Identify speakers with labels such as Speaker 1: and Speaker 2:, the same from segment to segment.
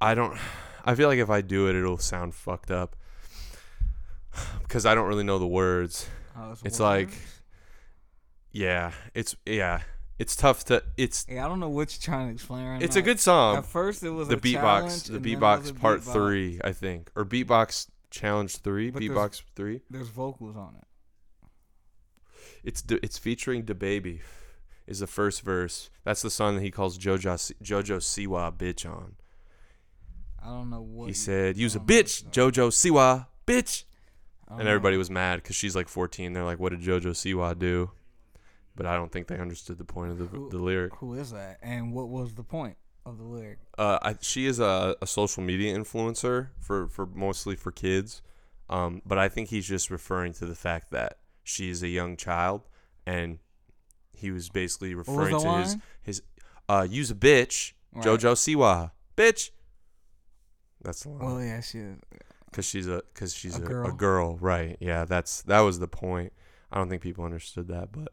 Speaker 1: I don't. I feel like if I do it, it'll sound fucked up because I don't really know the words.
Speaker 2: Oh, those
Speaker 1: It's
Speaker 2: words.
Speaker 1: like- Yeah, it's yeah, it's tough to. It's
Speaker 2: Yeah, I don't know what you're trying to explain right
Speaker 1: it's
Speaker 2: now.
Speaker 1: a good song.
Speaker 2: At first, it was
Speaker 1: the
Speaker 2: a challenge,
Speaker 1: beatbox, the
Speaker 2: and then it was
Speaker 1: beatbox
Speaker 2: a
Speaker 1: part
Speaker 2: beatbox.
Speaker 1: three, I think, or beatbox challenge three,
Speaker 2: But there's-
Speaker 1: beatbox three.
Speaker 2: There's vocals on it.
Speaker 1: It's d it's featuring the baby, is the first verse. That's the song that he calls Jojo Jojo Siwa bitch on.
Speaker 2: I don't know what
Speaker 1: He
Speaker 2: you-
Speaker 1: said, "Use a
Speaker 2: don't know what
Speaker 1: bitch,
Speaker 2: song.
Speaker 1: Jojo Siwa bitch,"
Speaker 2: I don't
Speaker 1: and
Speaker 2: know.
Speaker 1: everybody was mad because she's like 14. They're like, "What did Jojo Siwa do?" But I don't think they understood the point of the,
Speaker 2: Who-
Speaker 1: the lyric.
Speaker 2: Who is that? And what was the point of the lyric?
Speaker 1: uh, I, she is a, a social media influencer for, for mostly for kids, um, but I think he's just referring to the fact that she's a young child, and he was basically
Speaker 2: was
Speaker 1: referring
Speaker 2: the
Speaker 1: to his
Speaker 2: line?
Speaker 1: his uh, use a bitch
Speaker 2: Right.
Speaker 1: JoJo Siwa bitch. That's the line
Speaker 2: Well, yeah, she is.
Speaker 1: because she's a because she's
Speaker 2: A
Speaker 1: a, a, girl.
Speaker 2: girl.
Speaker 1: right? Yeah, that's that was the point. I don't think people understood that, but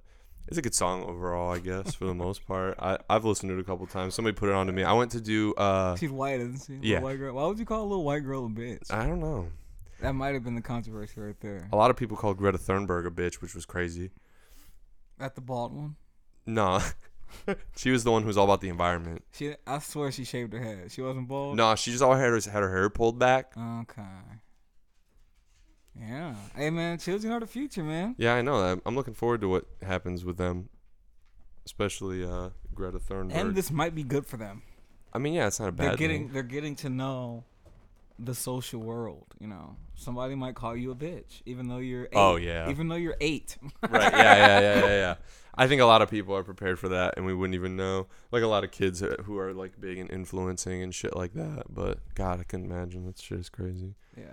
Speaker 1: it's a good song overall, I guess, for the most part. I I've listened to it a couple times. Somebody put it on to me. I went to do uh.
Speaker 2: She's white, isn't she? Little
Speaker 1: yeah. Uh,
Speaker 2: White girl. Why would you call a little white girl a bitch?
Speaker 1: I don't know.
Speaker 2: that might have been the controversy right there.
Speaker 1: A lot of people called Greta Thunberg a bitch, which was crazy.
Speaker 2: At the bald one.
Speaker 1: Nah. she was the one who was all about the environment.
Speaker 2: She, I swear, she shaved her head. She wasn't bald.
Speaker 1: Nah, she just all had her, had her hair pulled back.
Speaker 2: Okay. Yeah. Hey, man, children are the future, man.
Speaker 1: Yeah, I know. I'm, I'm looking forward to what happens with them, especially uh, Greta Thunberg.
Speaker 2: And this might be good for them.
Speaker 1: I mean, yeah, it's not a
Speaker 2: They're
Speaker 1: bad
Speaker 2: getting,
Speaker 1: thing.
Speaker 2: they're getting to know the social world. You know, somebody might call you a bitch, even though you're. Eight,
Speaker 1: Oh, yeah.
Speaker 2: Even though you're eight.
Speaker 1: right? Yeah, yeah, yeah, yeah, yeah. I think a lot of people are prepared for that, and we wouldn't even know. Like a lot of kids who are like big and influencing and shit like that. But God, I can imagine that shit is crazy.
Speaker 2: yeah.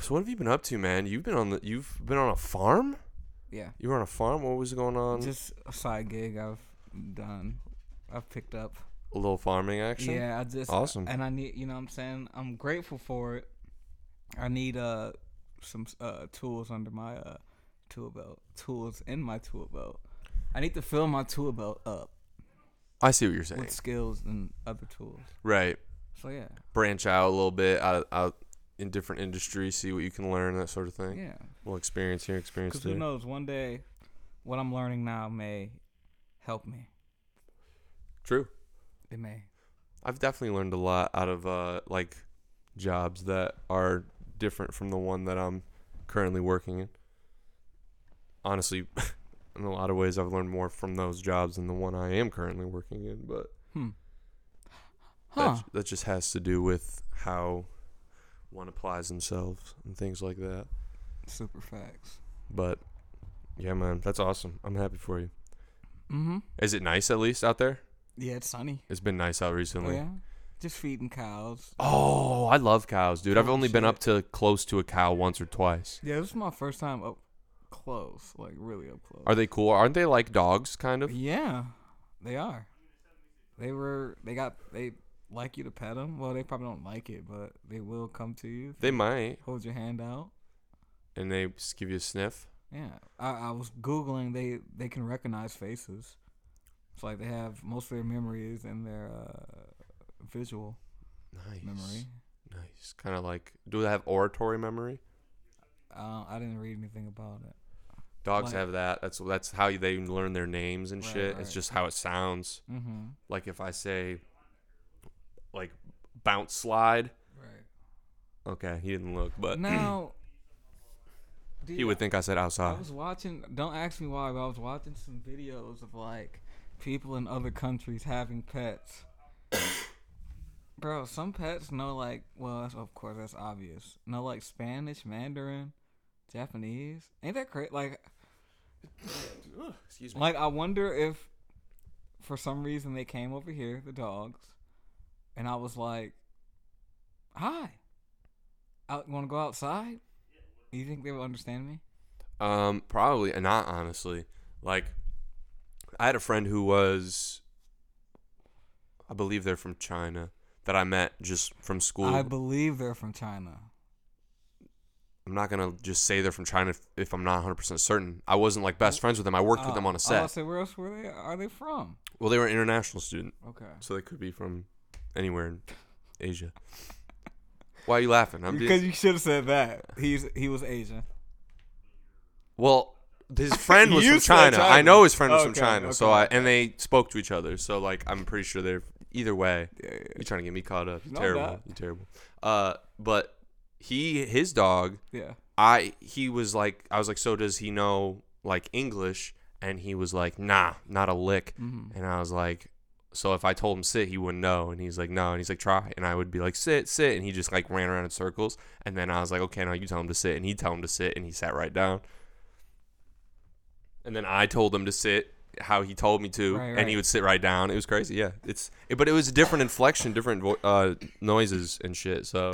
Speaker 1: So what have you been up to, man? You've been on the you've been on a farm.
Speaker 2: Yeah.
Speaker 1: You were on a farm. What was going on?
Speaker 2: Just a side gig I've done. I've picked up.
Speaker 1: a little farming action.
Speaker 2: Yeah, I just
Speaker 1: Awesome.
Speaker 2: and I need you know what I'm saying I'm grateful for it. I need uh some uh tools under my uh tool belt. Tools in my tool belt. I need to fill my tool belt up
Speaker 1: I see what you're saying.
Speaker 2: with skills and other tools.
Speaker 1: right.
Speaker 2: So yeah.
Speaker 1: Branch out a little bit out, out in different industries, see what you can learn, that sort of thing.
Speaker 2: Yeah.
Speaker 1: Well, experience here, experience
Speaker 2: Cuz who
Speaker 1: there.
Speaker 2: knows one day what I'm learning now may help me.
Speaker 1: True.
Speaker 2: It may.
Speaker 1: I've definitely learned a lot out of uh, like jobs that are different from the one that I'm currently working in. Honestly, in a lot of ways, I've learned more from those jobs than the one I am currently working in. But
Speaker 2: Hmm.
Speaker 1: that
Speaker 2: Huh.
Speaker 1: j- that just has to do with how one applies themselves and things like that.
Speaker 2: Super facts.
Speaker 1: But yeah, man, that's awesome. I'm happy for you.
Speaker 2: Mhm.
Speaker 1: Is it nice at least out there?
Speaker 2: Yeah, it's sunny.
Speaker 1: It's been nice out
Speaker 2: Oh,
Speaker 1: recently.
Speaker 2: yeah. Just feeding cows.
Speaker 1: Oh, I love cows, dude. I've
Speaker 2: Oh,
Speaker 1: only been
Speaker 2: shit.
Speaker 1: up to close to a cow once or twice.
Speaker 2: Yeah, this is my first time up close, like really up close.
Speaker 1: Are they cool? Aren't they like dogs, kind of?
Speaker 2: Yeah, they are. They were. They got. They like you to pet them. Well, they probably don't like it, but they will come to you.
Speaker 1: They might,
Speaker 2: hold your hand out.
Speaker 1: and they just give you a sniff.
Speaker 2: Yeah, I, I was googling. They they can recognize faces. It's like they have most of their memories in their uh, visual
Speaker 1: Nice,
Speaker 2: memory.
Speaker 1: nice. Kind of like, do they have oratory memory?
Speaker 2: Uh, I didn't read anything about it.
Speaker 1: Dogs
Speaker 2: Like-
Speaker 1: have that. That's that's how they learn their names and
Speaker 2: Right,
Speaker 1: shit.
Speaker 2: right.
Speaker 1: It's just how it sounds.
Speaker 2: Mm-hmm.
Speaker 1: Like if I say, like, bounce slide.
Speaker 2: Right
Speaker 1: Okay, he didn't look, but
Speaker 2: now,
Speaker 1: he
Speaker 2: dude,
Speaker 1: would think I said outside.
Speaker 2: I was watching. Don't ask me why, but I was watching some videos of like people in other countries having pets. Bro, some pets know like well, that's, of course that's obvious. Know like Spanish, Mandarin, Japanese. Ain't that crazy? Like,
Speaker 1: Ugh, excuse me.
Speaker 2: like I wonder if for some reason they came over here, the dogs, and I was like, "Hi, out want to go outside?" You think they would understand me?
Speaker 1: Um, probably and not honestly. Like, I had a friend who was, I believe they're from China, that I met just from school.
Speaker 2: I believe they're from China.
Speaker 1: I'm not gonna just say they're from China if, if I'm not 100 percent certain. I wasn't like best friends with them. I worked with them
Speaker 2: Oh,
Speaker 1: on a
Speaker 2: I
Speaker 1: set.
Speaker 2: was say, where else were they? Are they from?
Speaker 1: well, they were an international student,
Speaker 2: Okay.
Speaker 1: so they could be from anywhere in, Asia. Why are you laughing? I'm
Speaker 2: Because
Speaker 1: just,
Speaker 2: you should have said that. He's he was Asian.
Speaker 1: well, his friend was
Speaker 2: You
Speaker 1: from
Speaker 2: said
Speaker 1: China. I
Speaker 2: China.
Speaker 1: know his friend was from
Speaker 2: Okay,
Speaker 1: China. So
Speaker 2: okay.
Speaker 1: I and they spoke to each other. So like I'm pretty sure they're either way.
Speaker 2: Yeah, yeah,
Speaker 1: You're trying to get me caught up. You're
Speaker 2: No, I'm
Speaker 1: terrible.
Speaker 2: not.
Speaker 1: You're terrible. Uh, but he his dog
Speaker 2: yeah.
Speaker 1: I he was like I was like so does he know like English and he was like nah not a lick
Speaker 2: Mm-hmm.
Speaker 1: and I was like so if I told him sit he wouldn't know and he's like no and he's like try and I would be like sit sit and he just like ran around in circles and then I was like okay now you tell him to sit and he'd tell him to sit and he sat right down and then I told him to sit how he told me to
Speaker 2: Right,
Speaker 1: and he
Speaker 2: right.
Speaker 1: would sit right down it was crazy yeah it's it, but it was a different inflection different vo- uh noises and shit so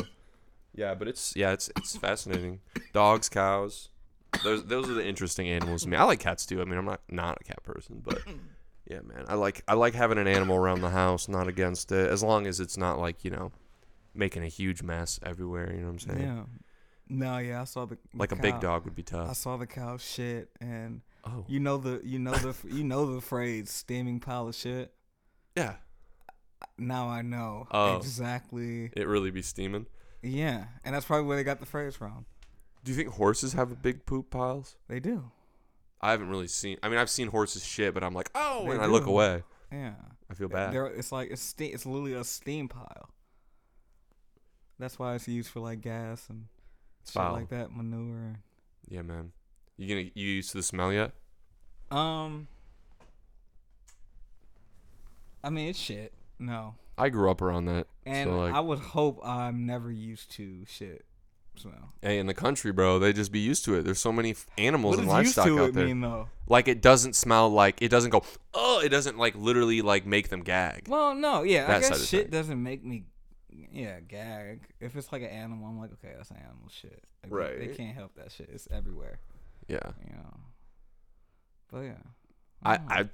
Speaker 1: yeah, but it's yeah, it's it's fascinating. Dogs, cows, those those are the interesting animals to me. I like cats too. I mean, I'm not not a cat person, but yeah, man, I like I like having an animal around the house. Not against it, as long as it's not like you know making a huge mess everywhere. You know what I'm saying?
Speaker 2: Yeah. No, yeah, I saw the the
Speaker 1: Like a big
Speaker 2: cow-
Speaker 1: dog would be
Speaker 2: I
Speaker 1: tough.
Speaker 2: saw the cow shit, and
Speaker 1: Oh,
Speaker 2: you know the you know the you know the phrase "steaming pile of shit."
Speaker 1: yeah,
Speaker 2: Now I know
Speaker 1: Oh.
Speaker 2: exactly.
Speaker 1: it really be steaming.
Speaker 2: Yeah, and that's probably where they got the phrase from.
Speaker 1: Do you think horses have big poop piles?
Speaker 2: They do.
Speaker 1: I haven't really seen. I mean, I've seen horses shit, but I'm like, oh,
Speaker 2: They
Speaker 1: and I look
Speaker 2: do.
Speaker 1: away.
Speaker 2: Yeah.
Speaker 1: I feel bad.
Speaker 2: There, it's like it's steam, it's literally a steam pile. That's why it's used for like gas and
Speaker 1: It's
Speaker 2: shit
Speaker 1: foul.
Speaker 2: like that, manure.
Speaker 1: yeah, man. You gonna you used to the smell yet?
Speaker 2: Um, I mean it's shit. No,
Speaker 1: I grew up around that.
Speaker 2: and
Speaker 1: so like,
Speaker 2: I would hope I'm never used to shit. So
Speaker 1: hey, in the country, bro, they just be used to it. There's so many f- animals
Speaker 2: what
Speaker 1: and
Speaker 2: does used
Speaker 1: livestock
Speaker 2: to
Speaker 1: out
Speaker 2: it
Speaker 1: there.
Speaker 2: mean though?
Speaker 1: Like it doesn't smell like it doesn't go. Oh, it doesn't like literally like make them gag.
Speaker 2: Well, no, yeah,
Speaker 1: That
Speaker 2: I
Speaker 1: side of
Speaker 2: guess shit
Speaker 1: things.
Speaker 2: doesn't make me, yeah, gag. If it's like an animal, I'm like, okay, that's an animal shit. Like, they- They
Speaker 1: Right.
Speaker 2: can't help that shit. It's everywhere.
Speaker 1: Yeah,
Speaker 2: You know. But yeah.
Speaker 1: I
Speaker 2: don't know.
Speaker 1: I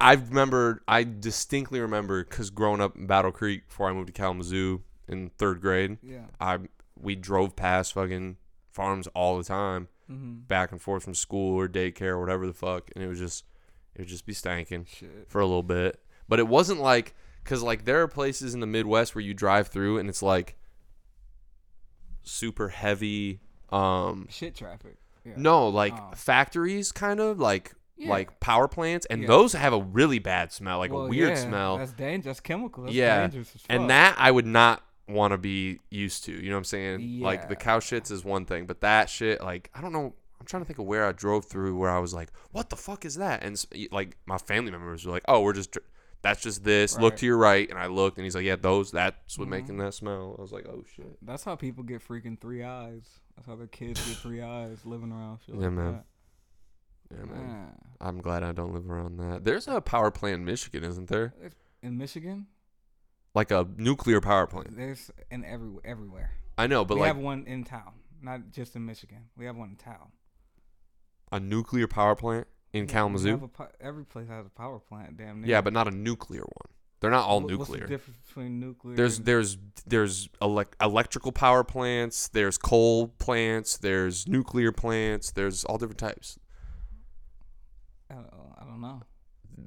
Speaker 1: I remember. I distinctly remember because growing up in Battle Creek before I moved to Kalamazoo in third grade,
Speaker 2: Yeah.
Speaker 1: I we drove past fucking farms all the time,
Speaker 2: Mm-hmm.
Speaker 1: back and forth from school or daycare or whatever the fuck, and it was just it would just be stanking.
Speaker 2: Shit.
Speaker 1: for a little bit. But it wasn't like because like there are places in the Midwest where you drive through and it's like super heavy. Um,
Speaker 2: Shit traffic. Yeah.
Speaker 1: no, like
Speaker 2: Oh.
Speaker 1: factories, kind of like
Speaker 2: Yeah.
Speaker 1: like power plants, and
Speaker 2: Yeah.
Speaker 1: those have a really bad smell, like
Speaker 2: Well,
Speaker 1: a weird
Speaker 2: yeah,
Speaker 1: smell.
Speaker 2: That's dangerous. That's chemical. That's
Speaker 1: Yeah.
Speaker 2: Dangerous as fuck.
Speaker 1: and that I would not want to be used to. You know what I'm saying? Like the
Speaker 2: Yeah.
Speaker 1: cow shits is one thing, but that shit, like I don't know. I'm trying to think of where I drove through where I was like, "What the fuck is that?" And s- like my family members were like, "Oh, we're just dr- that's just this. Look
Speaker 2: Right. Mm-hmm.
Speaker 1: to your right." And I looked, and he's like, "Yeah, those. That's what making that smell." I was like, "Oh shit."
Speaker 2: That's how people get freaking three eyes. That's how the kids get three eyes living around shit.
Speaker 1: Yeah,
Speaker 2: like
Speaker 1: man.
Speaker 2: that.
Speaker 1: Yeah, man.
Speaker 2: Yeah.
Speaker 1: I'm glad I don't live around that. There's a power plant in Michigan, isn't there?
Speaker 2: In Michigan,
Speaker 1: Like a nuclear power plant.
Speaker 2: there's an every everywhere.
Speaker 1: I know, but
Speaker 2: we
Speaker 1: like
Speaker 2: have one in town, not just in Michigan. We have one in town.
Speaker 1: a nuclear power plant in
Speaker 2: We- we
Speaker 1: Kalamazoo.
Speaker 2: have a po- every place has a power plant. Damn. Near.
Speaker 1: Yeah, but not a nuclear one. They're not all
Speaker 2: Wha-
Speaker 1: nuclear.
Speaker 2: What's the difference between nuclear?
Speaker 1: There's
Speaker 2: and-
Speaker 1: there's there's elec- electrical power plants. There's coal plants. There's nuclear plants. There's all different types.
Speaker 2: I don't, I don't know.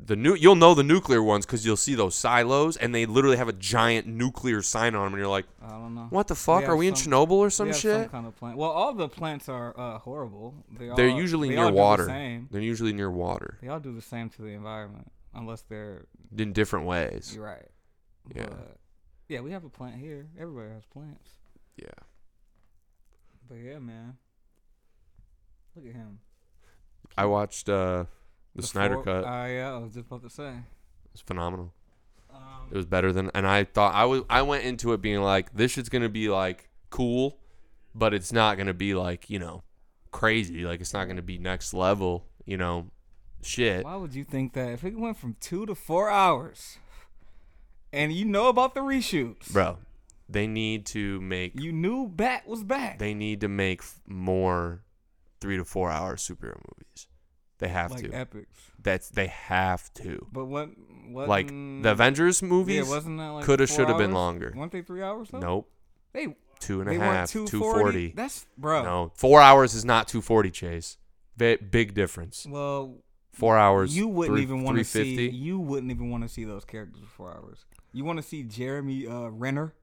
Speaker 1: The new you'll know the nuclear ones because you'll see those silos and they literally have a giant nuclear sign on them and you're like,
Speaker 2: I don't know.
Speaker 1: what the fuck?
Speaker 2: have
Speaker 1: Are we in
Speaker 2: some-
Speaker 1: Chernobyl or
Speaker 2: We
Speaker 1: some
Speaker 2: have
Speaker 1: shit?
Speaker 2: Some kind of plant. Well, all the plants are uh, horrible. They
Speaker 1: They're
Speaker 2: all-
Speaker 1: usually
Speaker 2: they all
Speaker 1: near
Speaker 2: do
Speaker 1: water.
Speaker 2: The same.
Speaker 1: They're usually near water
Speaker 2: They all do the same to the environment, unless they're.
Speaker 1: in different ways.
Speaker 2: You're right.
Speaker 1: Yeah.
Speaker 2: But, yeah, we have a plant here. Everywhere has plants.
Speaker 1: Yeah.
Speaker 2: But yeah, man. Look at him.
Speaker 1: I watched uh, the, Snyder
Speaker 2: Four-
Speaker 1: Cut.
Speaker 2: Uh, yeah, I was just about to say.
Speaker 1: it's phenomenal.
Speaker 2: Um,
Speaker 1: It was better than, and I thought I was. I went into it being like, this shit's gonna be like cool, but it's not gonna be like you know crazy. Like it's not gonna be next level. You know, shit.
Speaker 2: Why would you think that if it went from two to four hours, and you know about the reshoots,
Speaker 1: Bro, they need to make.
Speaker 2: you knew Bat was back.
Speaker 1: They need to make f- more three to four hour superhero movies. They have
Speaker 2: like
Speaker 1: to.
Speaker 2: epics,
Speaker 1: That's they have to.
Speaker 2: but what? What? mm,
Speaker 1: Like the Avengers
Speaker 2: yeah,
Speaker 1: movies.
Speaker 2: wasn't that like
Speaker 1: coulda,
Speaker 2: four
Speaker 1: shoulda been
Speaker 2: hours?
Speaker 1: longer.
Speaker 2: Weren't they three hours? Though?
Speaker 1: nope.
Speaker 2: they
Speaker 1: Two and
Speaker 2: they
Speaker 1: a half.
Speaker 2: weren't
Speaker 1: Two
Speaker 2: two forty.
Speaker 1: forty.
Speaker 2: That's bro.
Speaker 1: No, four hours is not two forty. Chase, Bi- big difference.
Speaker 2: Well,
Speaker 1: four hours.
Speaker 2: you wouldn't
Speaker 1: three-
Speaker 2: even want to see.
Speaker 1: 350.
Speaker 2: You wouldn't even want to see those characters for four hours. You want to see Jeremy uh, Renner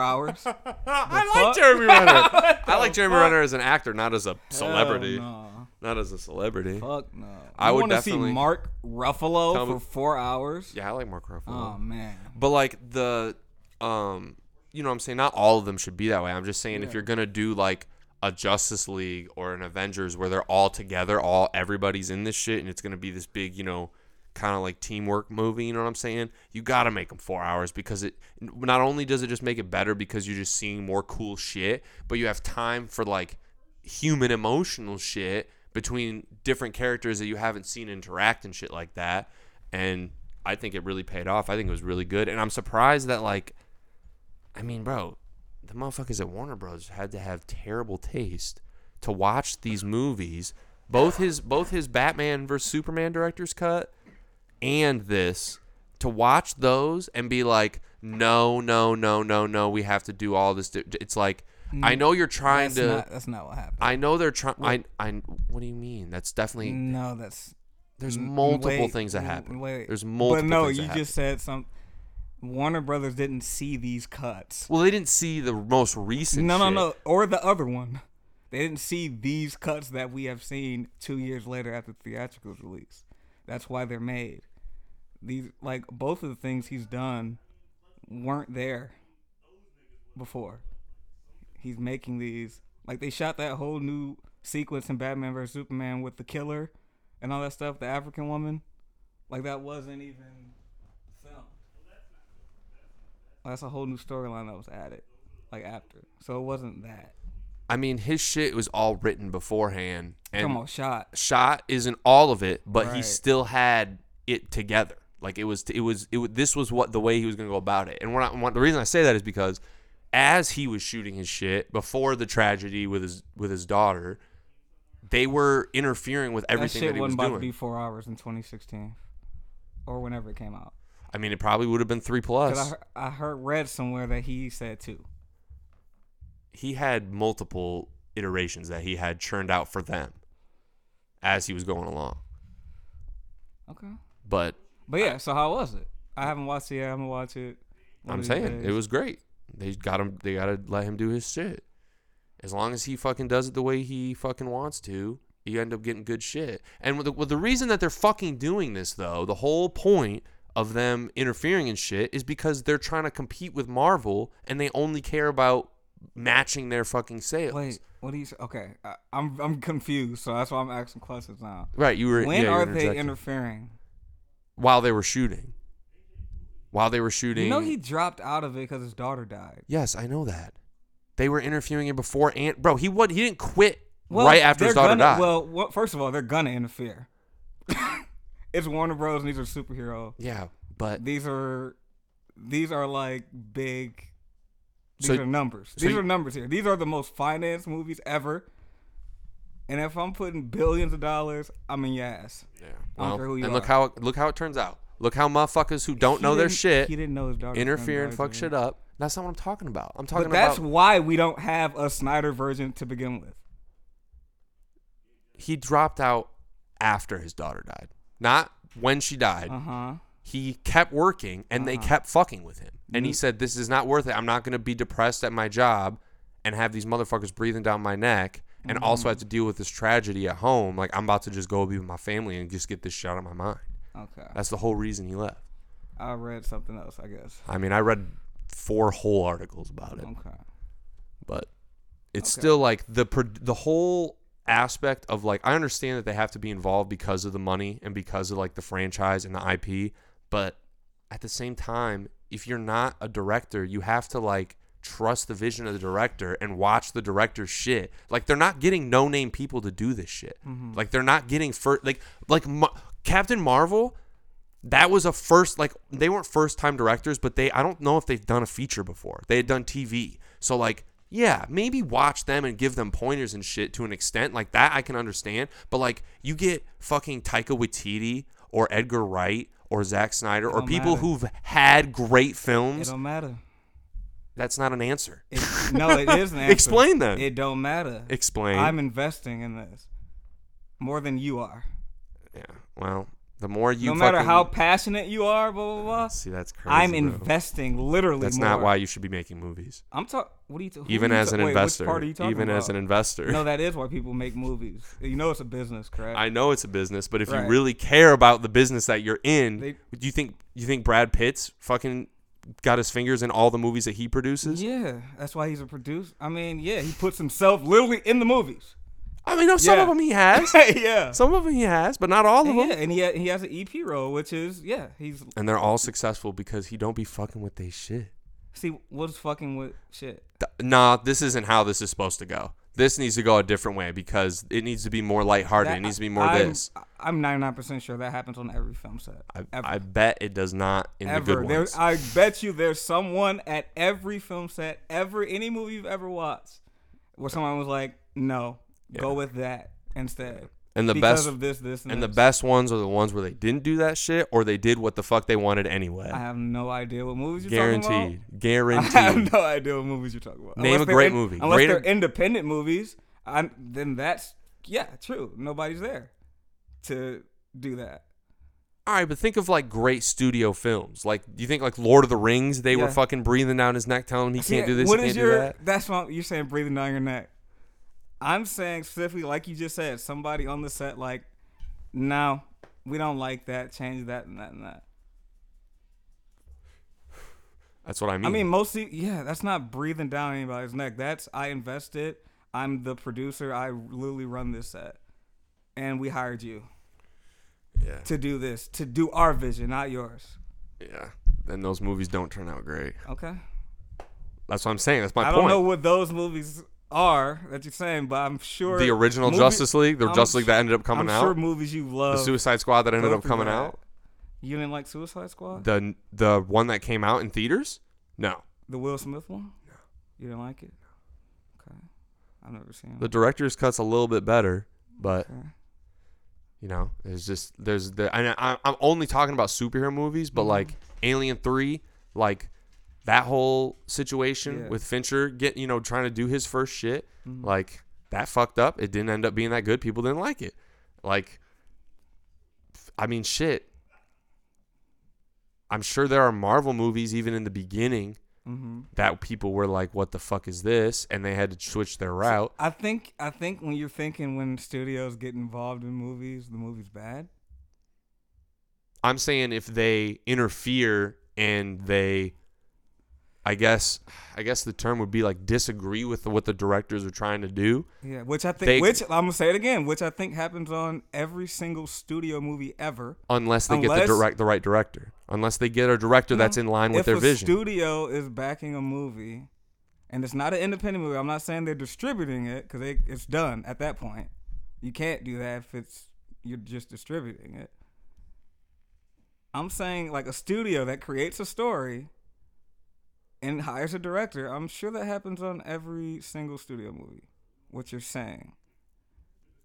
Speaker 2: hours.
Speaker 1: I
Speaker 2: The
Speaker 1: like
Speaker 2: fuck?
Speaker 1: Jeremy Renner. I
Speaker 2: the
Speaker 1: like Jeremy Renner as an actor, not as a celebrity.
Speaker 2: Hell
Speaker 1: Not as a celebrity.
Speaker 2: no. Fuck no.
Speaker 1: I
Speaker 2: you
Speaker 1: would
Speaker 2: want to see
Speaker 1: definitely-
Speaker 2: Mark Ruffalo
Speaker 1: Tell me-
Speaker 2: for four hours?
Speaker 1: Yeah, I like Mark Ruffalo.
Speaker 2: Oh man.
Speaker 1: But like the um you know what I'm saying not all of them should be that way. I'm just saying if
Speaker 2: Yeah.
Speaker 1: you're going to do like a Justice League or an Avengers where they're all together, all everybody's in this shit and it's going to be this big, you know, kind of like teamwork movie, you know what I'm saying? You got to make them 4 hours because it not only does it just make it better because you're just seeing more cool shit, but you have time for like human emotional shit between different characters that you haven't seen interact and shit like that. And I think it really paid off. I think it was really good. And I'm surprised that like I mean, bro, the motherfuckers at Warner Bros had to have terrible taste to watch these movies. Both his both his Batman versus Superman director's cut and this to watch those and be like, "No, no, no, no, no, we have to do all this." di-" It's like I know you're trying
Speaker 2: Mm,
Speaker 1: to
Speaker 2: That's not, that's not what happened.
Speaker 1: I know they're trying. I, I. What do you mean? That's definitely.
Speaker 2: No, that's
Speaker 1: There's multiple
Speaker 2: wait,
Speaker 1: things that
Speaker 2: w-
Speaker 1: happen.
Speaker 2: wait.
Speaker 1: There's multiple.
Speaker 2: But no,
Speaker 1: things that
Speaker 2: you
Speaker 1: happen.
Speaker 2: just said some. Warner Brothers didn't see these cuts.
Speaker 1: Well, they didn't see the most recent.
Speaker 2: No, no,
Speaker 1: shit.
Speaker 2: no. Or the other one. They didn't see these cuts that we have seen two years later after the theatrical release. That's why they're made. These like both of the things he's done weren't there before. He's making these like they shot that whole new sequence in Batman vs Superman with the killer and all that stuff, the African woman. Like that wasn't even filmed. That's a whole new storyline that was added, like after. So it wasn't that.
Speaker 1: I mean, his shit was all written beforehand, and
Speaker 2: Come on, shot.
Speaker 1: shot isn't all of it, but he
Speaker 2: Right.
Speaker 1: still had it together. Like it was, it was, it was. This was what the way he was gonna go about it. And when I, when, the reason I say that is because as he was shooting his shit before the tragedy with his with his daughter, they were interfering with
Speaker 2: That
Speaker 1: everything that,
Speaker 2: shit
Speaker 1: he was
Speaker 2: wasn't about
Speaker 1: doing.
Speaker 2: to be four hours in 2016, or whenever it came out.
Speaker 1: I mean, it probably would have been three plus.
Speaker 2: Cause I heard, I heard read somewhere that he said two.
Speaker 1: he had multiple iterations that he had churned out for them as he was going along.
Speaker 2: Okay.
Speaker 1: But
Speaker 2: But yeah, so how was it? I haven't watched it. yet. I'm gonna watch it. one
Speaker 1: I'm
Speaker 2: of these
Speaker 1: saying
Speaker 2: days.
Speaker 1: it was great. They got him. They gotta let him do his shit. As long as he fucking does it the way he fucking wants to, you end up getting good shit. And with the, with the reason that they're fucking doing this though, the whole point of them interfering in shit is because they're trying to compete with Marvel, and they only care about matching their fucking sales.
Speaker 2: Wait, what do you say? Okay, I, I'm I'm confused. So that's why I'm asking questions now.
Speaker 1: Right? You were.
Speaker 2: When
Speaker 1: yeah, you
Speaker 2: are they
Speaker 1: interjected.
Speaker 2: interfering?
Speaker 1: while they were shooting? While they were shooting.
Speaker 2: You know he dropped out of it because his daughter died.
Speaker 1: Yes, I know that. They were interviewing him before and bro, he what he didn't quit
Speaker 2: Well,
Speaker 1: right after his
Speaker 2: they're
Speaker 1: daughter
Speaker 2: gonna,
Speaker 1: died.
Speaker 2: Well, well, first of all, they're gonna interfere. it's Warner Bros. and these are superhero.
Speaker 1: yeah, but
Speaker 2: These are these are like big. These
Speaker 1: So-
Speaker 2: are numbers.
Speaker 1: so
Speaker 2: These
Speaker 1: you-
Speaker 2: are numbers here. These are the most financed movies ever. And if I'm putting billions of dollars, I'm in your ass.
Speaker 1: yeah.
Speaker 2: I don't
Speaker 1: Well,
Speaker 2: care who you
Speaker 1: and look
Speaker 2: are.
Speaker 1: how it, look how it turns out. Look how motherfuckers who don't
Speaker 2: He
Speaker 1: know their
Speaker 2: didn't- He
Speaker 1: shit
Speaker 2: didn't know his daughter.
Speaker 1: interfere and fuck shit up. That's not what I'm talking about. I'm talking
Speaker 2: But that's
Speaker 1: about
Speaker 2: why we don't have a Snyder version to begin with.
Speaker 1: he dropped out after his daughter died, not when she died.
Speaker 2: Uh huh.
Speaker 1: he kept working and they kept fucking with him. And he said, This is not worth it. I'm not going to be depressed at my job and have these motherfuckers breathing down my neck and also have to deal with this tragedy at home. Like, I'm about to just go be with my family and just get this shit out of my mind.
Speaker 2: Okay.
Speaker 1: That's the whole reason he left.
Speaker 2: I read something else. I guess.
Speaker 1: I mean, I read four whole articles about it,
Speaker 2: Okay.
Speaker 1: but it's still like the pro- the whole aspect of like I understand that they have to be involved because of the money and because of like the franchise and the IP, but at the same time, if you're not a director, you have to like trust the vision of the director and watch the director's shit. Like they're not getting no name people to do this shit. Like they're not getting first like like Ma- Captain Marvel. That was a first like they weren't first time directors, but they I don't know if they've done a feature before. They had done TV, so like yeah, maybe watch them and give them pointers and shit to an extent like that I can understand. But like you get fucking Taika Waititi or Edgar Wright or Zack Snyder or
Speaker 2: don't
Speaker 1: people
Speaker 2: matter.
Speaker 1: who've had great
Speaker 2: It
Speaker 1: films.
Speaker 2: don't matter.
Speaker 1: That's not an answer.
Speaker 2: It, no, it is an answer.
Speaker 1: Explain then.
Speaker 2: It don't matter.
Speaker 1: Explain.
Speaker 2: I'm investing in this more than you are.
Speaker 1: yeah. Well, The more you
Speaker 2: no matter
Speaker 1: fucking-
Speaker 2: how passionate you are, blah blah blah.
Speaker 1: see that's crazy.
Speaker 2: I'm
Speaker 1: bro.
Speaker 2: investing literally.
Speaker 1: That's
Speaker 2: more.
Speaker 1: not why you should be making movies.
Speaker 2: I'm talking. What are you? ta- who
Speaker 1: Even
Speaker 2: are you
Speaker 1: as
Speaker 2: ta-
Speaker 1: an
Speaker 2: wait, which
Speaker 1: investor.
Speaker 2: part are you talking
Speaker 1: even as an
Speaker 2: about?
Speaker 1: investor.
Speaker 2: No, that is why people make movies. You know, it's a business, correct?
Speaker 1: I know it's a business, but if
Speaker 2: Right.
Speaker 1: you really care about the business that you're in,
Speaker 2: They-
Speaker 1: do you think you think Brad Pitt's fucking got his fingers in all the movies that he produces?
Speaker 2: yeah, that's why he's a producer. I mean, yeah, he puts himself literally in the movies.
Speaker 1: I mean, no, some
Speaker 2: Yeah.
Speaker 1: of them he has.
Speaker 2: yeah.
Speaker 1: some of them he has, but not all of
Speaker 2: And
Speaker 1: them.
Speaker 2: yeah, and he ha- he has an EP role, which is yeah, he's
Speaker 1: And they're all successful because he don't be fucking with they shit.
Speaker 2: see what's fucking with shit.
Speaker 1: Th- Nah, this isn't how this is supposed to go. This needs to go a different way because it needs to be more lighthearted.
Speaker 2: That-
Speaker 1: it needs to be more
Speaker 2: I'm,
Speaker 1: this.
Speaker 2: I'm 99 percent sure that happens on every film set.
Speaker 1: I,
Speaker 2: ever.
Speaker 1: I bet it does not in the
Speaker 2: ever.
Speaker 1: good
Speaker 2: There, uh,
Speaker 1: ones.
Speaker 2: I bet you there's someone at every film set, ever any movie you've ever watched, where someone was like, "No, go with that instead."
Speaker 1: and the
Speaker 2: because
Speaker 1: best
Speaker 2: of this, this, and,
Speaker 1: and the
Speaker 2: this."
Speaker 1: best ones are the ones where they didn't do that shit or they did what the fuck they wanted anyway.
Speaker 2: I have no idea what movies you're talking
Speaker 1: Guaranteed.
Speaker 2: about. I have
Speaker 1: Guaranteed.
Speaker 2: no idea what movies you're talking about.
Speaker 1: Name a
Speaker 2: they're
Speaker 1: great
Speaker 2: in-
Speaker 1: movie.
Speaker 2: Unless
Speaker 1: Great-
Speaker 2: they're independent movies, I'm, then that's yeah, true. Nobody's there to do that.
Speaker 1: All right, but think of like great studio films. Like, do you think like Lord of the Rings? They were
Speaker 2: Yeah.
Speaker 1: fucking breathing down his neck, telling him he can't
Speaker 2: See,
Speaker 1: do this, he
Speaker 2: what
Speaker 1: can't
Speaker 2: is
Speaker 1: do
Speaker 2: your?
Speaker 1: that.
Speaker 2: That's what you're saying. Breathing down your neck. I'm saying specifically, like you just said, somebody on the set, like, no, we don't like that. Change that and that and that.
Speaker 1: That's what I mean.
Speaker 2: I mean, mostly, yeah, that's not breathing down anybody's neck. That's I invested. I'm the producer. I literally run this set, and we hired you
Speaker 1: yeah,
Speaker 2: to do this, to do our vision, not yours.
Speaker 1: yeah. Then those movies don't turn out great.
Speaker 2: Okay.
Speaker 1: That's what I'm saying. That's my
Speaker 2: I
Speaker 1: point.
Speaker 2: don't know what those movies are that you're saying, but I'm sure
Speaker 1: the original
Speaker 2: movie-
Speaker 1: Justice League, the
Speaker 2: I'm
Speaker 1: Justice League
Speaker 2: su-
Speaker 1: that ended up coming
Speaker 2: I'm
Speaker 1: out,
Speaker 2: sure movies you
Speaker 1: the
Speaker 2: love.
Speaker 1: Suicide Squad that ended
Speaker 2: go
Speaker 1: up
Speaker 2: through
Speaker 1: coming
Speaker 2: that.
Speaker 1: out,
Speaker 2: You didn't like Suicide Squad? The,
Speaker 1: the the one that came out in theaters. No,
Speaker 2: Will Smith one? No. You didn't like it? Okay. I've never seen
Speaker 1: the
Speaker 2: it.
Speaker 1: director's cut's a little bit better, but
Speaker 2: Okay.
Speaker 1: you know, there's just there's the and I, I'm only talking about superhero movies,
Speaker 2: Mm-hmm.
Speaker 1: but like Alien Three, like that whole situation
Speaker 2: Yeah.
Speaker 1: with Fincher get you know trying to do his first shit,
Speaker 2: Mm-hmm.
Speaker 1: like that fucked up. It didn't end up being that good. People didn't like it. Like, I mean, shit. I'm sure there are Marvel movies even in the beginning
Speaker 2: Mm-hmm.
Speaker 1: that people were like, "What the fuck is this?" and they had to switch their route.
Speaker 2: I think I think when you're thinking when studios get involved in movies, the movie's bad.
Speaker 1: I'm saying if they interfere and they I guess I guess the term would be like disagree with what the directors are trying to do.
Speaker 2: Yeah, which I think,
Speaker 1: They-
Speaker 2: which I'm gonna say it again, which I think happens on every single studio movie ever.
Speaker 1: Unless they get
Speaker 2: Unless- Mm-hmm.
Speaker 1: the direct the right director. Unless they get a director that's in line
Speaker 2: if
Speaker 1: with their
Speaker 2: a
Speaker 1: vision.
Speaker 2: studio is backing a movie, and it's not an independent movie, I'm not saying they're distributing it because it's done at that point. You can't do that if it's you're just distributing it. I'm saying like a studio that creates a story and hires a director. I'm sure that happens on every single studio movie. What you're saying,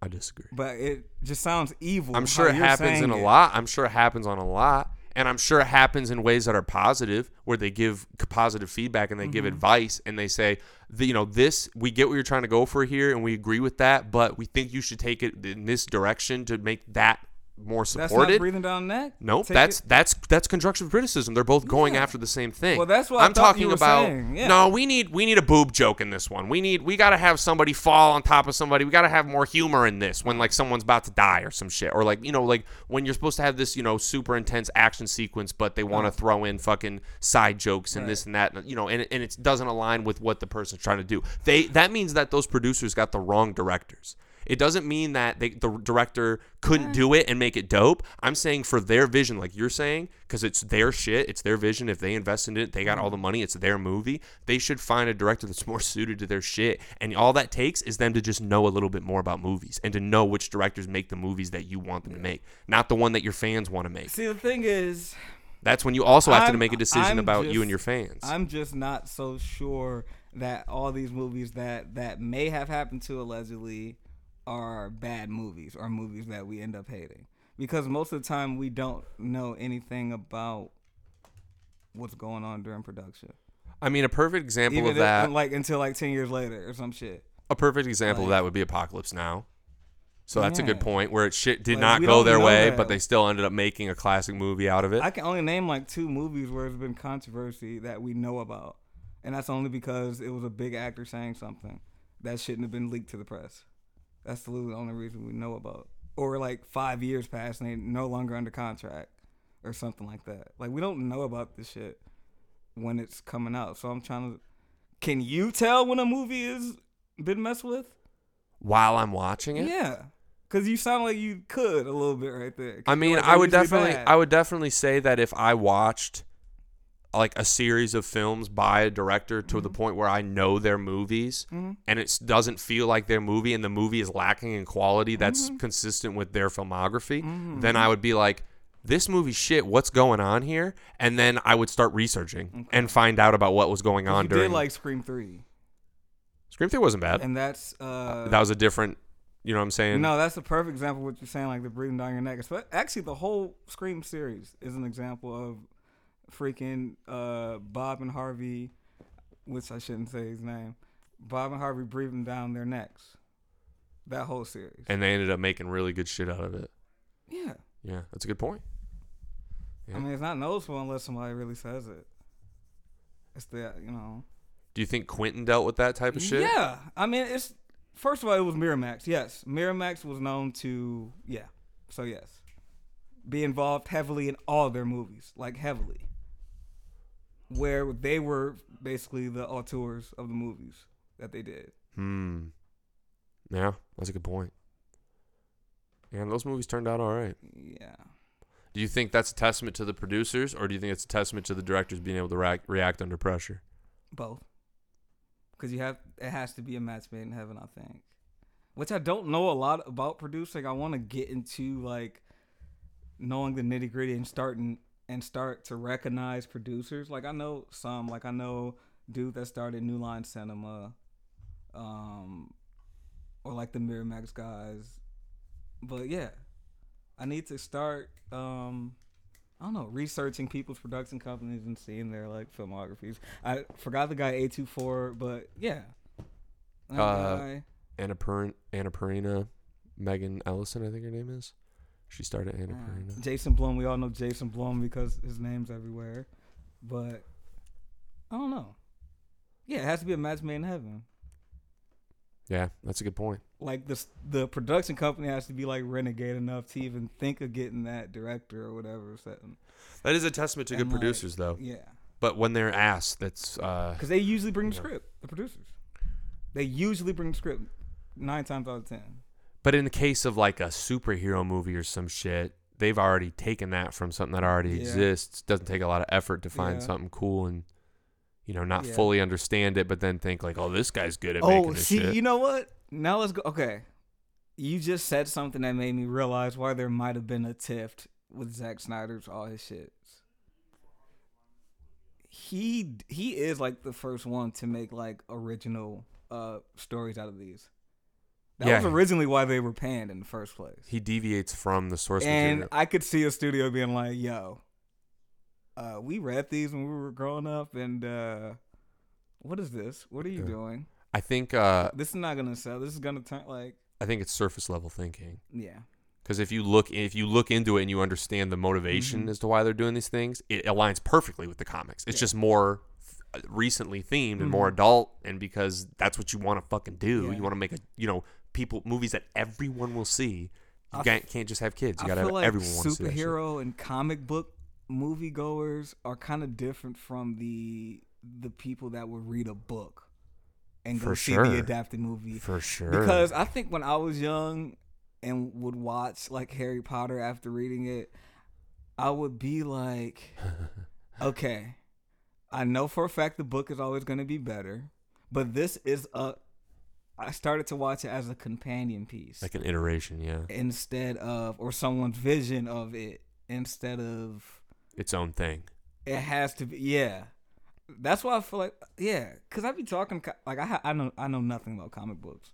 Speaker 1: I disagree.
Speaker 2: but it just sounds evil.
Speaker 1: I'm
Speaker 2: how
Speaker 1: sure it
Speaker 2: you're
Speaker 1: happens
Speaker 2: saying
Speaker 1: in a
Speaker 2: it.
Speaker 1: lot. I'm sure it happens on a lot. And I'm sure it happens in ways that are positive, where they give c- positive feedback and they
Speaker 2: Mm-hmm.
Speaker 1: give advice and they say, the, you know, this, we get what you're trying to go for here and we agree with that, but we think you should take it in this direction to make that more
Speaker 2: That's
Speaker 1: supported.
Speaker 2: not breathing down neck.
Speaker 1: no,
Speaker 2: Take
Speaker 1: that's
Speaker 2: it-
Speaker 1: that's that's constructive criticism. They're both going after the same thing.
Speaker 2: Well, that's what I
Speaker 1: I'm
Speaker 2: thought
Speaker 1: talking
Speaker 2: you were
Speaker 1: about.
Speaker 2: saying, yeah.
Speaker 1: No, we need we need a boob joke in this one. We need we gotta have somebody fall on top of somebody. We gotta have more humor in this when like someone's about to die or some shit, or like you know like when you're supposed to have this you know super intense action sequence, but they
Speaker 2: Uh-huh.
Speaker 1: want to throw in fucking side jokes and this and that, and, you know, and and it doesn't align with what the person's trying to do. They that means that those producers got the wrong directors. It doesn't mean that they, the director couldn't do it and make it dope. I'm saying for their vision, like you're saying, because it's their shit, it's their vision. If they invest in it, they got all the money, it's their movie. They should find a director that's more suited to their shit. And all that takes is them to just know a little bit more about movies and to know which directors make the movies that you want them to make, not the one that your fans want to make.
Speaker 2: See, the thing is,
Speaker 1: That's when you also have to
Speaker 2: I'm-
Speaker 1: make a decision
Speaker 2: I'm
Speaker 1: about you
Speaker 2: just-
Speaker 1: and your fans.
Speaker 2: I'm just not so sure that all these movies that that may have happened to allegedly are bad movies or movies that we end up hating because most of the time we don't know anything about what's going on during production.
Speaker 1: I mean, a perfect example
Speaker 2: Even
Speaker 1: of that.
Speaker 2: if, like until like ten years later or some shit.
Speaker 1: A perfect example of that would be Apocalypse Now. So that's a good
Speaker 2: Yeah.
Speaker 1: point where it shit did
Speaker 2: Like,
Speaker 1: not
Speaker 2: we
Speaker 1: go
Speaker 2: don't
Speaker 1: their
Speaker 2: know
Speaker 1: way,
Speaker 2: that.
Speaker 1: but they still ended up making a classic movie out of it.
Speaker 2: I can only name like two movies where there's been controversy that we know about, and that's only because it was a big actor saying something that shouldn't have been leaked to the press. That's the literally the only reason we know about. Or like five years passed and they no longer under contract, or something like that. Like we don't know about this shit when it's coming out. So I'm trying to. Can you tell when a movie is been messed with?
Speaker 1: While I'm watching it,
Speaker 2: Yeah, because you sound like you could a little bit right there. 'Cause
Speaker 1: I
Speaker 2: you're
Speaker 1: mean,
Speaker 2: like,
Speaker 1: I
Speaker 2: they're
Speaker 1: would
Speaker 2: usually
Speaker 1: definitely,
Speaker 2: bad.
Speaker 1: I would definitely say that if I watched like a series of films by a director to
Speaker 2: Mm-hmm.
Speaker 1: the point where I know their movies and it doesn't feel like their movie and the movie is lacking in quality that's
Speaker 2: Mm-hmm.
Speaker 1: consistent with their filmography, then I would be like, this movie shit, what's going on here? And then I would start researching and find out about what was going on
Speaker 2: you
Speaker 1: during
Speaker 2: did like Scream Three,
Speaker 1: Scream 3 wasn't bad.
Speaker 2: and that's uh,
Speaker 1: that was a different, you know what I'm saying?
Speaker 2: no, that's a perfect example of what you're saying, like the breathing down your neck. But actually, the whole Scream series is an example of freaking uh, Bob and Harvey, which I shouldn't say his name, Bob and Harvey breathing down their necks. That whole series,
Speaker 1: And they ended up making really good shit out of it.
Speaker 2: yeah.
Speaker 1: Yeah, that's a good point. Yeah.
Speaker 2: I mean, it's not noticeable unless somebody really says it. It's the you know.
Speaker 1: Do you think Quentin dealt with that type of shit?
Speaker 2: Yeah, I mean, it's first of all, it was Miramax. Yes, Miramax was known to yeah, so yes, be involved heavily in all their movies, like heavily, where they were basically the auteurs of the movies that they did.
Speaker 1: Hmm. Yeah, that's a good point. Yeah, and those movies turned out all right.
Speaker 2: Yeah,
Speaker 1: Do you think that's a testament to the producers, or do you think it's a testament to the directors being able to react, react under pressure?
Speaker 2: both, because you have it has to be a match made in heaven, I think. Which I don't know a lot about producing. I want to get into like knowing the nitty gritty and starting and start to recognize producers. Like I know some, like I know dude that started New Line Cinema, um, or like the Miramax guys. But yeah, I need to start. Um, I don't know, researching people's production companies and seeing their like filmographies. I forgot the guy A two four, but yeah. That
Speaker 1: Uh,
Speaker 2: guy-
Speaker 1: Anna, per- Anna Perina, Megan Ellison, I think her name is. She started Anna
Speaker 2: Uh,
Speaker 1: Perina.
Speaker 2: Jason Blum. We all know Jason Blum because his name's everywhere. But I don't know. Yeah, it has to be a match made in heaven.
Speaker 1: Yeah, that's a good point.
Speaker 2: Like the the production company has to be like renegade enough to even think of getting that director or whatever. Setting.
Speaker 1: That is a testament to good
Speaker 2: And, like,
Speaker 1: producers, though.
Speaker 2: Yeah,
Speaker 1: But when they're asked, that's uh,
Speaker 2: because they usually bring the
Speaker 1: Yeah.
Speaker 2: script. The producers, they usually bring the script nine times out of ten.
Speaker 1: But in the case of like a superhero movie or some shit, they've already taken that from something that already
Speaker 2: Yeah.
Speaker 1: exists. Doesn't take a lot of effort to find
Speaker 2: Yeah.
Speaker 1: something cool and you know not
Speaker 2: Yeah.
Speaker 1: fully understand it, but then think like, oh, this guy's good at making this
Speaker 2: see,
Speaker 1: shit.
Speaker 2: you know what? Now let's go. Okay, you just said something that made me realize why there might have been a tift with Zack Snyder's all his shits. He he is like the first one to make like original uh stories out of these. That
Speaker 1: Yeah.
Speaker 2: was originally why they were panned in the first place.
Speaker 1: he deviates from the source
Speaker 2: And
Speaker 1: material.
Speaker 2: I could see a studio being like, "Yo, uh, we read these when we were growing up, and uh, what is this? What are you
Speaker 1: Yeah.
Speaker 2: doing?"
Speaker 1: I think uh,
Speaker 2: this is not gonna sell. This is gonna turn like
Speaker 1: I think it's surface level thinking.
Speaker 2: yeah.
Speaker 1: Because if you look if you look into it and you understand the
Speaker 2: Mm-hmm.
Speaker 1: motivation as to why they're doing these things, it aligns perfectly with the comics. It's just more th- uh, recently themed and more adult, and because that's what you want to fucking do.
Speaker 2: Mm-hmm. Yeah.
Speaker 1: You want to make a you know people movies that everyone will see. You
Speaker 2: I
Speaker 1: can't, can't just have kids. You
Speaker 2: I
Speaker 1: gotta
Speaker 2: feel
Speaker 1: have
Speaker 2: like
Speaker 1: everyone wants to see that shit.
Speaker 2: superhero and comic book moviegoers are kind of different from the the people that would read a book and go
Speaker 1: For
Speaker 2: see
Speaker 1: sure.
Speaker 2: the adapted movie.
Speaker 1: for sure.
Speaker 2: Because I think when I was young and would watch like Harry Potter after reading it, I would be like, okay, I know for a fact the book is always going to be better, but this is a. I started to watch it as a companion piece
Speaker 1: like an iteration, yeah,
Speaker 2: instead of, or someone's vision of it instead of
Speaker 1: its own thing.
Speaker 2: it has to be yeah that's why i feel like yeah because i be talking co- like I, ha- I know i know nothing about comic books